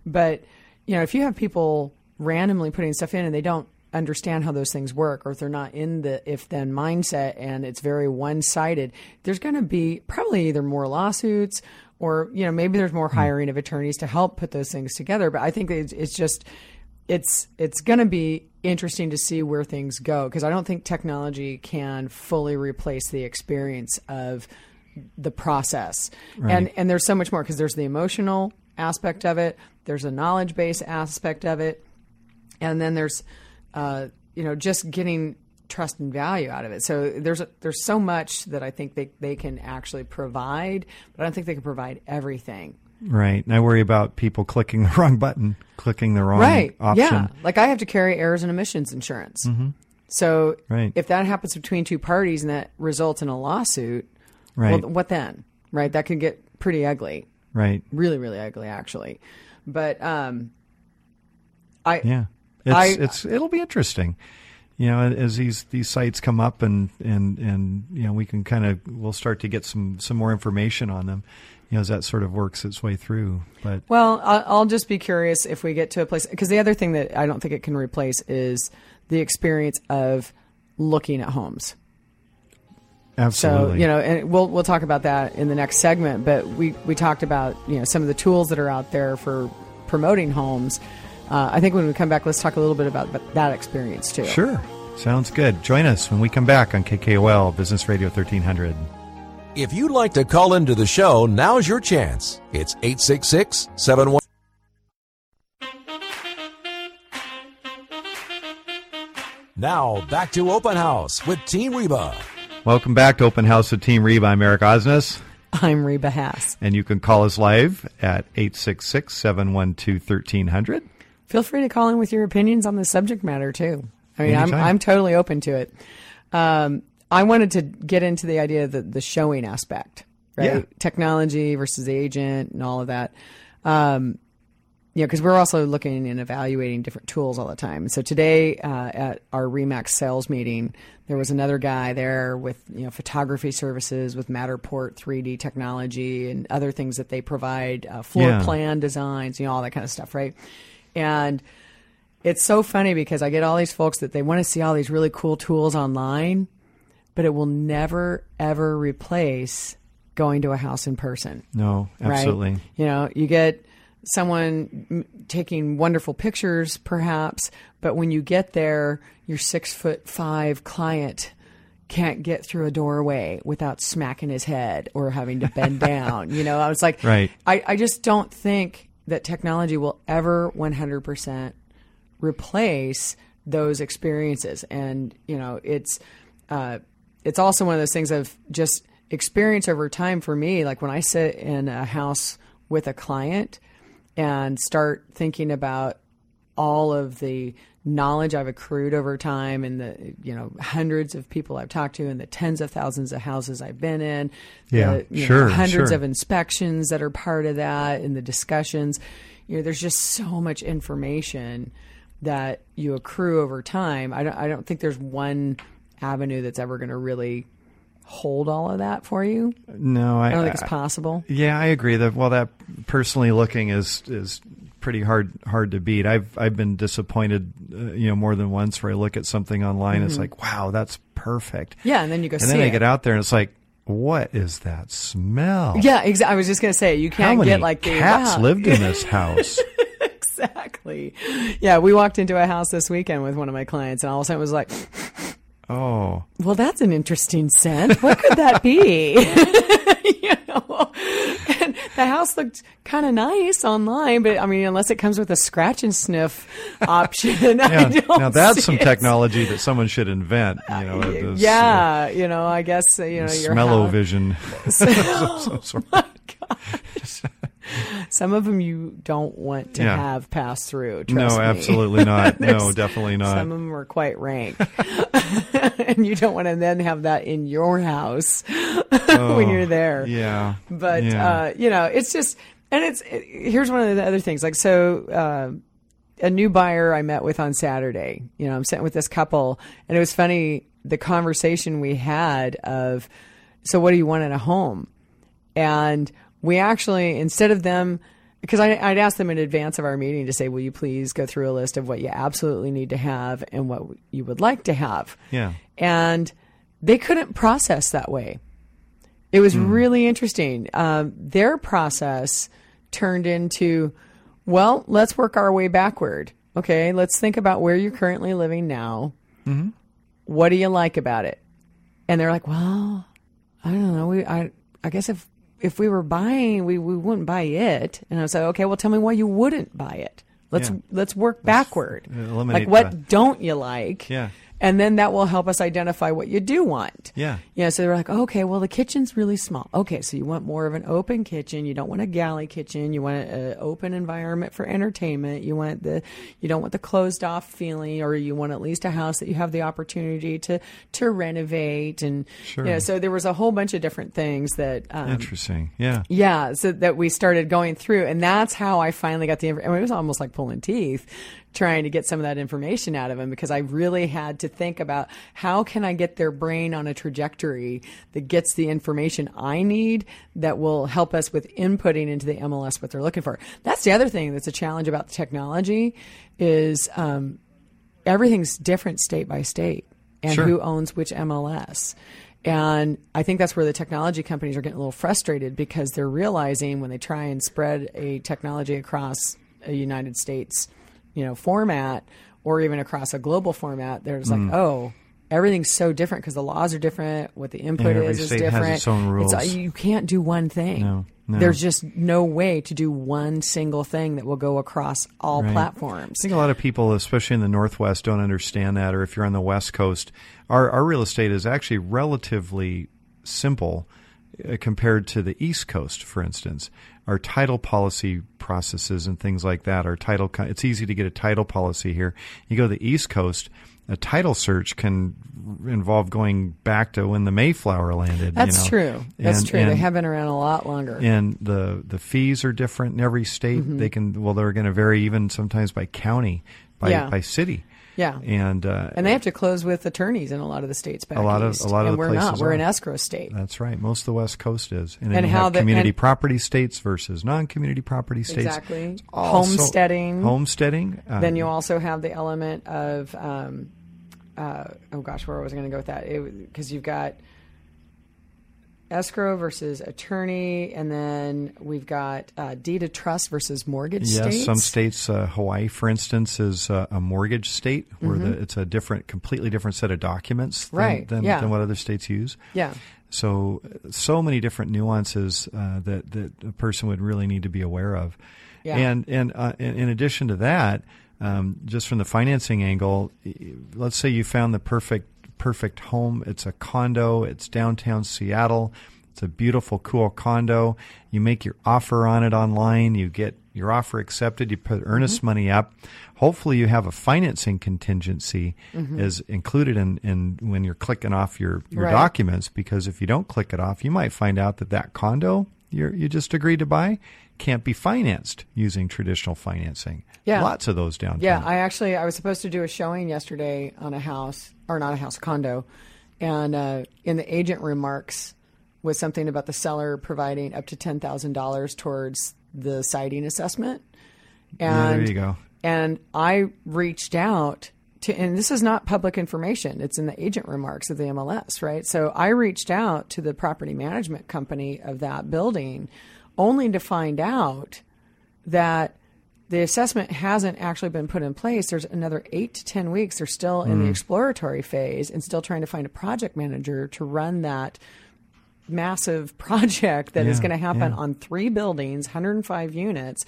Speaker 2: But, you know, if you have people randomly putting stuff in and they don't understand how those things work or if they're not in the if then mindset and it's very one sided, there's going to be probably either more lawsuits or you know maybe there's more hiring of attorneys to help put those things together. But I think it's, it's just it's it's going to be interesting to see where things go because I don't think technology can fully replace the experience of the process. And and there's so much more because there's the emotional aspect of it, there's a knowledge base aspect of it, and then there's uh, you know just getting trust and value out of it. So there's there's so much that I think they they can actually provide, but I don't think they can provide everything.
Speaker 3: Right. And I worry about people clicking the wrong button, clicking the wrong
Speaker 2: right.
Speaker 3: option. Mm-hmm.
Speaker 2: Yeah. Like I have to carry errors and emissions insurance. So
Speaker 3: Right.
Speaker 2: if that happens between two parties and that results in a lawsuit,
Speaker 3: Right.
Speaker 2: well, what then? Right. That could get pretty ugly.
Speaker 3: Right.
Speaker 2: Really, really ugly, actually. But um, I
Speaker 3: Yeah. It's,
Speaker 2: I-
Speaker 3: it's it'll be interesting. You know, as these these sites come up and and and you know, we can kind of we'll start to get some some more information on them. You know, as that sort of works its way through. But
Speaker 2: Well, I- I'll just be curious if we get to a place because the other thing that I don't think it can replace is the experience of looking at homes.
Speaker 3: absolutely.
Speaker 2: So you know, and we'll we'll talk about that in the next segment. But we we talked about you know some of the tools that are out there for promoting homes. Uh, I think when we come back, let's talk a little bit about th- that experience too.
Speaker 3: Sure. Sounds good. Join us when we come back on KKOL Business Radio 1300.
Speaker 1: If you'd like to call into the show, now's your chance. It's 866 71. Now, back to Open House with Team Reba.
Speaker 3: Welcome back to Open House with Team Reba. I'm Eric Osnes,
Speaker 2: I'm Reba Haas.
Speaker 3: and you can call us live at 866 712 1300.
Speaker 2: Feel free to call in with your opinions on the subject matter too. I mean, I'm
Speaker 3: Anytime.
Speaker 2: I'm totally open to it. Um, I wanted to get into the idea of the, the showing aspect, right?
Speaker 3: Yeah.
Speaker 2: Technology versus the agent and all of that. you know, because we're also looking and evaluating different tools all the time. So today uh, at our Remax sales meeting, there was another guy there with you know photography services with Matterport 3D technology and other things that they provide, uh, floor
Speaker 3: Yeah.
Speaker 2: plan designs, you know, all that kind of stuff, right? And it's so funny because I get all these folks that they want to see all these really cool tools online, but it will never ever replace going to a house in person
Speaker 3: No, absolutely.
Speaker 2: right? You know, you get someone m- taking wonderful pictures, perhaps, but when you get there, your six foot five client can't get through a doorway without smacking his head or having to bend down. You know, I was like,
Speaker 3: Right.
Speaker 2: I, I just don't think that technology will ever 100% replace those experiences. And, you know, it's, uh, it's also one of those things of just experience over time for me. Like when I sit in a house with a client and start thinking about all of the knowledge I've accrued over time and the you know hundreds of people I've talked to and the tens of thousands of houses I've been in,
Speaker 3: Yeah,
Speaker 2: the, you know,
Speaker 3: sure,
Speaker 2: hundreds
Speaker 3: sure.
Speaker 2: of inspections that are part of that and the discussions. You know, there's just so much information that you accrue over time. I don't, I don't think there's one avenue that's ever going to really hold all of that for you.
Speaker 3: No, I,
Speaker 2: I don't think it's possible.
Speaker 3: Yeah, I agree. That well, that personally looking is is pretty hard hard to beat. I've I've been disappointed, uh, you know, more than once where I look at something online. It's like, wow, that's perfect.
Speaker 2: Mm-hmm. Yeah, and then you go
Speaker 3: and
Speaker 2: see
Speaker 3: then I
Speaker 2: it.
Speaker 3: get out there and it's like, what is that smell?
Speaker 2: Yeah, exactly. I was just going to say you
Speaker 3: How
Speaker 2: can't
Speaker 3: many
Speaker 2: get like the
Speaker 3: cats
Speaker 2: wow.
Speaker 3: lived in this house?
Speaker 2: exactly. Yeah, we walked into a house this weekend with one of my clients, and all of a sudden it was like,
Speaker 3: oh,
Speaker 2: well, that's an interesting scent. What could that be? you know, and the house looked kind of nice online, but I mean, unless it comes with a scratch and sniff option, I
Speaker 3: yeah.
Speaker 2: don't
Speaker 3: Now that's
Speaker 2: see
Speaker 3: some
Speaker 2: it.
Speaker 3: technology that someone should invent. You know, this, uh,
Speaker 2: Yeah, you know, I guess uh, you know your house-
Speaker 3: smell-o-vision. Some- some sort of-
Speaker 2: Some of them you don't want to
Speaker 3: Yeah.
Speaker 2: have pass through.
Speaker 3: no,
Speaker 2: trust me.
Speaker 3: absolutely not. no,
Speaker 2: There's
Speaker 3: definitely not.
Speaker 2: Some of them are quite rank, and you don't want to then have that in your house when you're there.
Speaker 3: yeah,
Speaker 2: But
Speaker 3: yeah.
Speaker 2: uh, you know, it's just, and it's it, here's one of the other things. Like so, uh, a new buyer I met with on Saturday. You know, I'm sitting with this couple, and it was funny the conversation we had of, so what do you want in a home? and we actually instead of them because I, I'd asked them in advance of our meeting to say, "Will you please go through a list of what you absolutely need to have and what you would like to have?"
Speaker 3: Yeah.
Speaker 2: and they couldn't process that way. It was
Speaker 3: Hmm.
Speaker 2: really interesting. Um, their process turned into, well, let's work our way backward. Okay, let's think about where you're currently living now.
Speaker 3: Mm-hmm.
Speaker 2: What do you like about it? And they're like, well, I don't know. We, I, I guess if if we were buying, we, we wouldn't buy it. And I was like, okay, well, tell me why you wouldn't buy it. Let's
Speaker 3: Yeah.
Speaker 2: let's work backward. like,
Speaker 3: eliminate
Speaker 2: what
Speaker 3: the-
Speaker 2: don't you like?
Speaker 3: Yeah.
Speaker 2: And then that will help us identify what you do want.
Speaker 3: Yeah.
Speaker 2: Yeah. So they're like, okay, well, the kitchen's really small. Okay. So you want more of an open kitchen. You don't want a galley kitchen. You want an open environment for entertainment. You want the, you don't want the closed off feeling, or you want at least a house that you have the opportunity to, to renovate. And, you know, so there was a whole bunch of different things that, um,
Speaker 3: Interesting. Yeah.
Speaker 2: yeah, so that we started going through, and that's how I finally got the. infor- I mean, it was almost like pulling teeth, trying to get some of that information out of him because I really had to think about how can I get their brain on a trajectory that gets the information I need that will help us with inputting into the MLS what they're looking for. That's the other thing that's a challenge about the technology is um, everything's different state by state and
Speaker 3: Sure.
Speaker 2: who owns which MLS. And I think that's where the technology companies are getting a little frustrated because they're realizing when they try and spread a technology across a United States, you know, format or even across a global format, they're just
Speaker 3: Mm.
Speaker 2: like, oh, everything's so different because the laws are different, what the input
Speaker 3: every
Speaker 2: is is
Speaker 3: state has
Speaker 2: different.
Speaker 3: its own
Speaker 2: It's- uh,
Speaker 3: rules.
Speaker 2: you can't do one thing.
Speaker 3: No, no.
Speaker 2: There's just no way to do one single thing that will go across all
Speaker 3: Right.
Speaker 2: platforms.
Speaker 3: I think a lot of people, especially in the Northwest, don't understand that. Or if you're on the West Coast, our, our real estate is actually relatively simple uh, compared to the East Coast, for instance. Our title policy processes and things like that. Our title, co- it's easy to get a title policy here. You go to the East Coast, a title search can involve going back to when the Mayflower landed. you
Speaker 2: That's
Speaker 3: know.
Speaker 2: true. That's
Speaker 3: And-
Speaker 2: true. they
Speaker 3: and-
Speaker 2: have been around a lot longer.
Speaker 3: and the the fees are different in every state.
Speaker 2: Mm-hmm.
Speaker 3: They can well, they're going to vary even sometimes by county, by
Speaker 2: Yeah.
Speaker 3: by city,
Speaker 2: yeah.
Speaker 3: and uh,
Speaker 2: And they have to close with attorneys in a lot of the states back
Speaker 3: A lot of-
Speaker 2: east.
Speaker 3: a lot of
Speaker 2: and
Speaker 3: the
Speaker 2: we're not.
Speaker 3: places
Speaker 2: We're
Speaker 3: are. Uh,
Speaker 2: an escrow state.
Speaker 3: that's right. Most of the West Coast is, and, then
Speaker 2: And
Speaker 3: you
Speaker 2: how
Speaker 3: have
Speaker 2: the-
Speaker 3: community
Speaker 2: and-
Speaker 3: property states versus non-community property states.
Speaker 2: Exactly.
Speaker 3: It's all so-
Speaker 2: Homesteading.
Speaker 3: homesteading. Uh,
Speaker 2: then you also have the element of, um, uh, oh gosh, where was I going to go with that? Because you've got escrow versus attorney, and then we've got uh, deed of trust versus mortgage
Speaker 3: Yes,
Speaker 2: states.
Speaker 3: some states, uh, Hawaii, for instance, is uh, a mortgage state where the, it's a different, completely different set of documents than,
Speaker 2: Mm-hmm. Right,
Speaker 3: than,
Speaker 2: yeah.
Speaker 3: than what other states use.
Speaker 2: Yeah.
Speaker 3: So, so many different nuances uh, that that a person would really need to be aware of.
Speaker 2: Yeah.
Speaker 3: And and uh, in in addition to that, um, just from the financing angle, y- y- let's say you found the perfect perfect home. It's a condo. It's downtown Seattle. It's a beautiful, cool condo. You make your offer on it online. You get your offer accepted. You put earnest
Speaker 2: Mm-hmm.
Speaker 3: money up. Hopefully, you have a financing contingency
Speaker 2: Mm-hmm.
Speaker 3: is included in, in when you're clicking off your, your
Speaker 2: Right.
Speaker 3: documents because if you don't click it off, you might find out that that condo you're, you just agreed to buy can't be financed using traditional financing.
Speaker 2: Yeah.
Speaker 3: Lots of those downtown.
Speaker 2: Yeah, I actually I was supposed to do a showing yesterday on a house or not a house a condo, and uh, in the agent remarks was something about the seller providing up to ten thousand dollars towards the siding assessment.
Speaker 3: Yeah,
Speaker 2: And
Speaker 3: there you go.
Speaker 2: And I reached out to, and this is not public information. It's in the agent remarks of the MLS, right? So I reached out to the property management company of that building only to find out that the assessment hasn't actually been put in place. There's another eight to 10 weeks. They're still in
Speaker 3: Hmm.
Speaker 2: the exploratory phase and still trying to find a project manager to run that massive project that is
Speaker 3: Yeah,
Speaker 2: going to happen
Speaker 3: yeah.
Speaker 2: on three buildings, 105 units.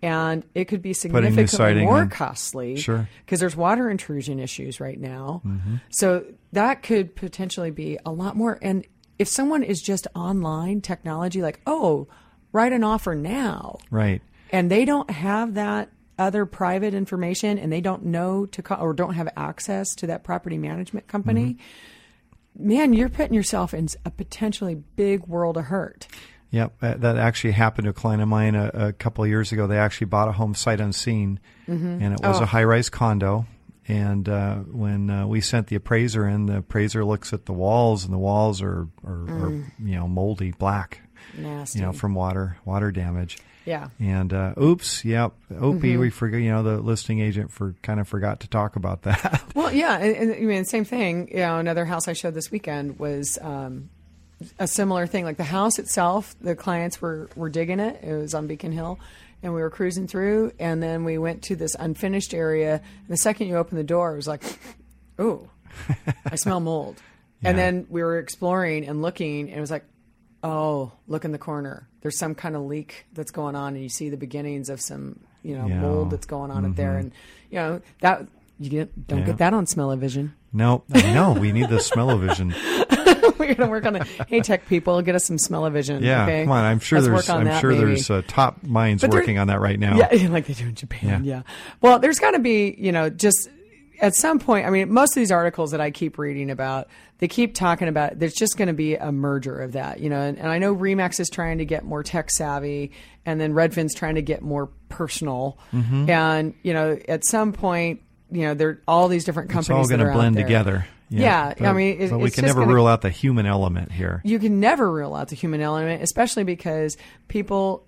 Speaker 2: And it could be
Speaker 3: new
Speaker 2: significantly
Speaker 3: siding
Speaker 2: more
Speaker 3: in.
Speaker 2: costly
Speaker 3: Sure. Mm-hmm.
Speaker 2: because there's water intrusion issues right now. So that could potentially be a lot more. And if someone is just online technology, like, oh, write an offer now,
Speaker 3: Right.
Speaker 2: and they don't have that other private information and they don't know to co- or don't have access to that property management company,
Speaker 3: Mm-hmm.
Speaker 2: man, you're putting yourself in a potentially big world of hurt.
Speaker 3: Yep, uh, that actually happened to a client of mine a, a couple of years ago. They actually bought a home sight unseen,
Speaker 2: Mm-hmm.
Speaker 3: and it
Speaker 2: Oh.
Speaker 3: was a high-rise condo. And uh, when uh, we sent the appraiser in, the appraiser looks at the walls, and the walls are, are,
Speaker 2: Mm.
Speaker 3: are you know moldy black,
Speaker 2: Nasty.
Speaker 3: you know from water water damage.
Speaker 2: yeah. Mm-hmm.
Speaker 3: And uh, oops, yep, OP, we forgot. You know, the listing agent for kind of forgot to talk about that.
Speaker 2: Well, yeah, and, and I mean, same thing. You know, another house I showed this weekend was um, a similar thing. Like the house itself, the clients were were digging it. It was on Beacon Hill, and we were cruising through, and then we went to this unfinished area. And the second you open the door, it was like, ooh, I smell mold. And
Speaker 3: Yeah.
Speaker 2: then we were exploring and looking, and it was like, oh, look in the corner. There's some kind of leak that's going on, and you see the beginnings of some, you know,
Speaker 3: Yeah.
Speaker 2: mold that's going on up there, and you know that you get, don't
Speaker 3: Mm-hmm. Yeah.
Speaker 2: get that on smell-o-vision.
Speaker 3: no, I know we need the smell-o-vision.
Speaker 2: We're gonna work on the hey tech people, get us some smell-o-vision.
Speaker 3: Yeah,
Speaker 2: okay?
Speaker 3: come on. I'm sure
Speaker 2: Let's
Speaker 3: there's.
Speaker 2: work on
Speaker 3: I'm
Speaker 2: that,
Speaker 3: sure
Speaker 2: maybe.
Speaker 3: there's uh, top minds
Speaker 2: there-
Speaker 3: working on that right now.
Speaker 2: Yeah, like they do in Japan. Yeah. Well, there's got to be, you know, just at some point. I mean, most of these articles that I keep reading about, they keep talking about. There's just going to be a merger of that, you know. And, and I know Remax is trying to get more tech savvy, and then Redfin's trying to get more personal.
Speaker 3: Mm-hmm.
Speaker 2: And you know, at some point, you know, there all these different companies.
Speaker 3: it's all going
Speaker 2: that
Speaker 3: to
Speaker 2: are out
Speaker 3: blend
Speaker 2: there.
Speaker 3: together.
Speaker 2: Yeah, I
Speaker 3: but-
Speaker 2: mean, it-
Speaker 3: but we
Speaker 2: it's
Speaker 3: can
Speaker 2: just
Speaker 3: never
Speaker 2: gonna-
Speaker 3: rule out the human element here.
Speaker 2: You can never rule out the human element, especially because people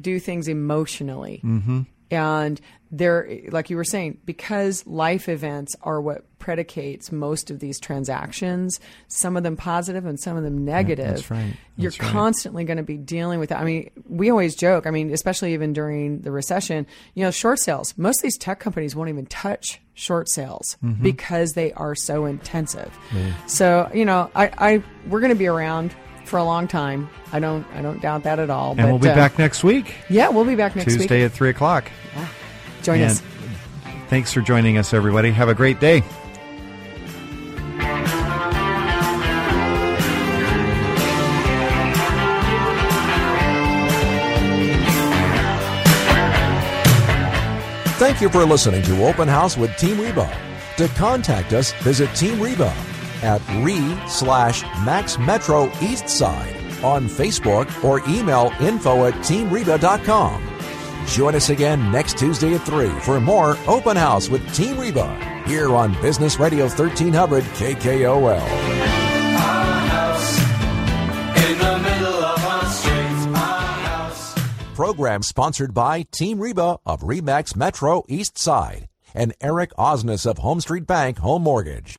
Speaker 2: do things emotionally. Mm-hmm. And they're, like you were saying, because life events are what predicates most of these transactions, some of them positive and some of them negative.
Speaker 3: right.
Speaker 2: You're
Speaker 3: That's right.
Speaker 2: constantly going to be dealing with that. I mean, we always joke, I mean, especially even during the recession, you know, short sales, most of these tech companies won't even touch short sales
Speaker 3: Mm-hmm.
Speaker 2: because they are so intensive. So, you know, I, I we're going to be around for a long time. I don't, I don't doubt that at all.
Speaker 3: and we'll be
Speaker 2: uh,
Speaker 3: back next week,
Speaker 2: yeah, we'll be back next
Speaker 3: Tuesday
Speaker 2: week.
Speaker 3: at three o'clock.
Speaker 2: Join us.
Speaker 3: And thanks for joining us, everybody. Have a great day.
Speaker 1: Thank you for listening to Open House with Team Reba. To contact us, visit Team Reba at re slash Max Metro East Side on Facebook or email info at teamreba.com. Join us again next Tuesday at 3 for more Open House with Team Reba here on Business Radio 1300 KKOL.
Speaker 5: In the middle of our street, our house.
Speaker 1: program sponsored by Team Reba of Remax Metro East Side and Eric Osnes of Home Street Bank Home Mortgage.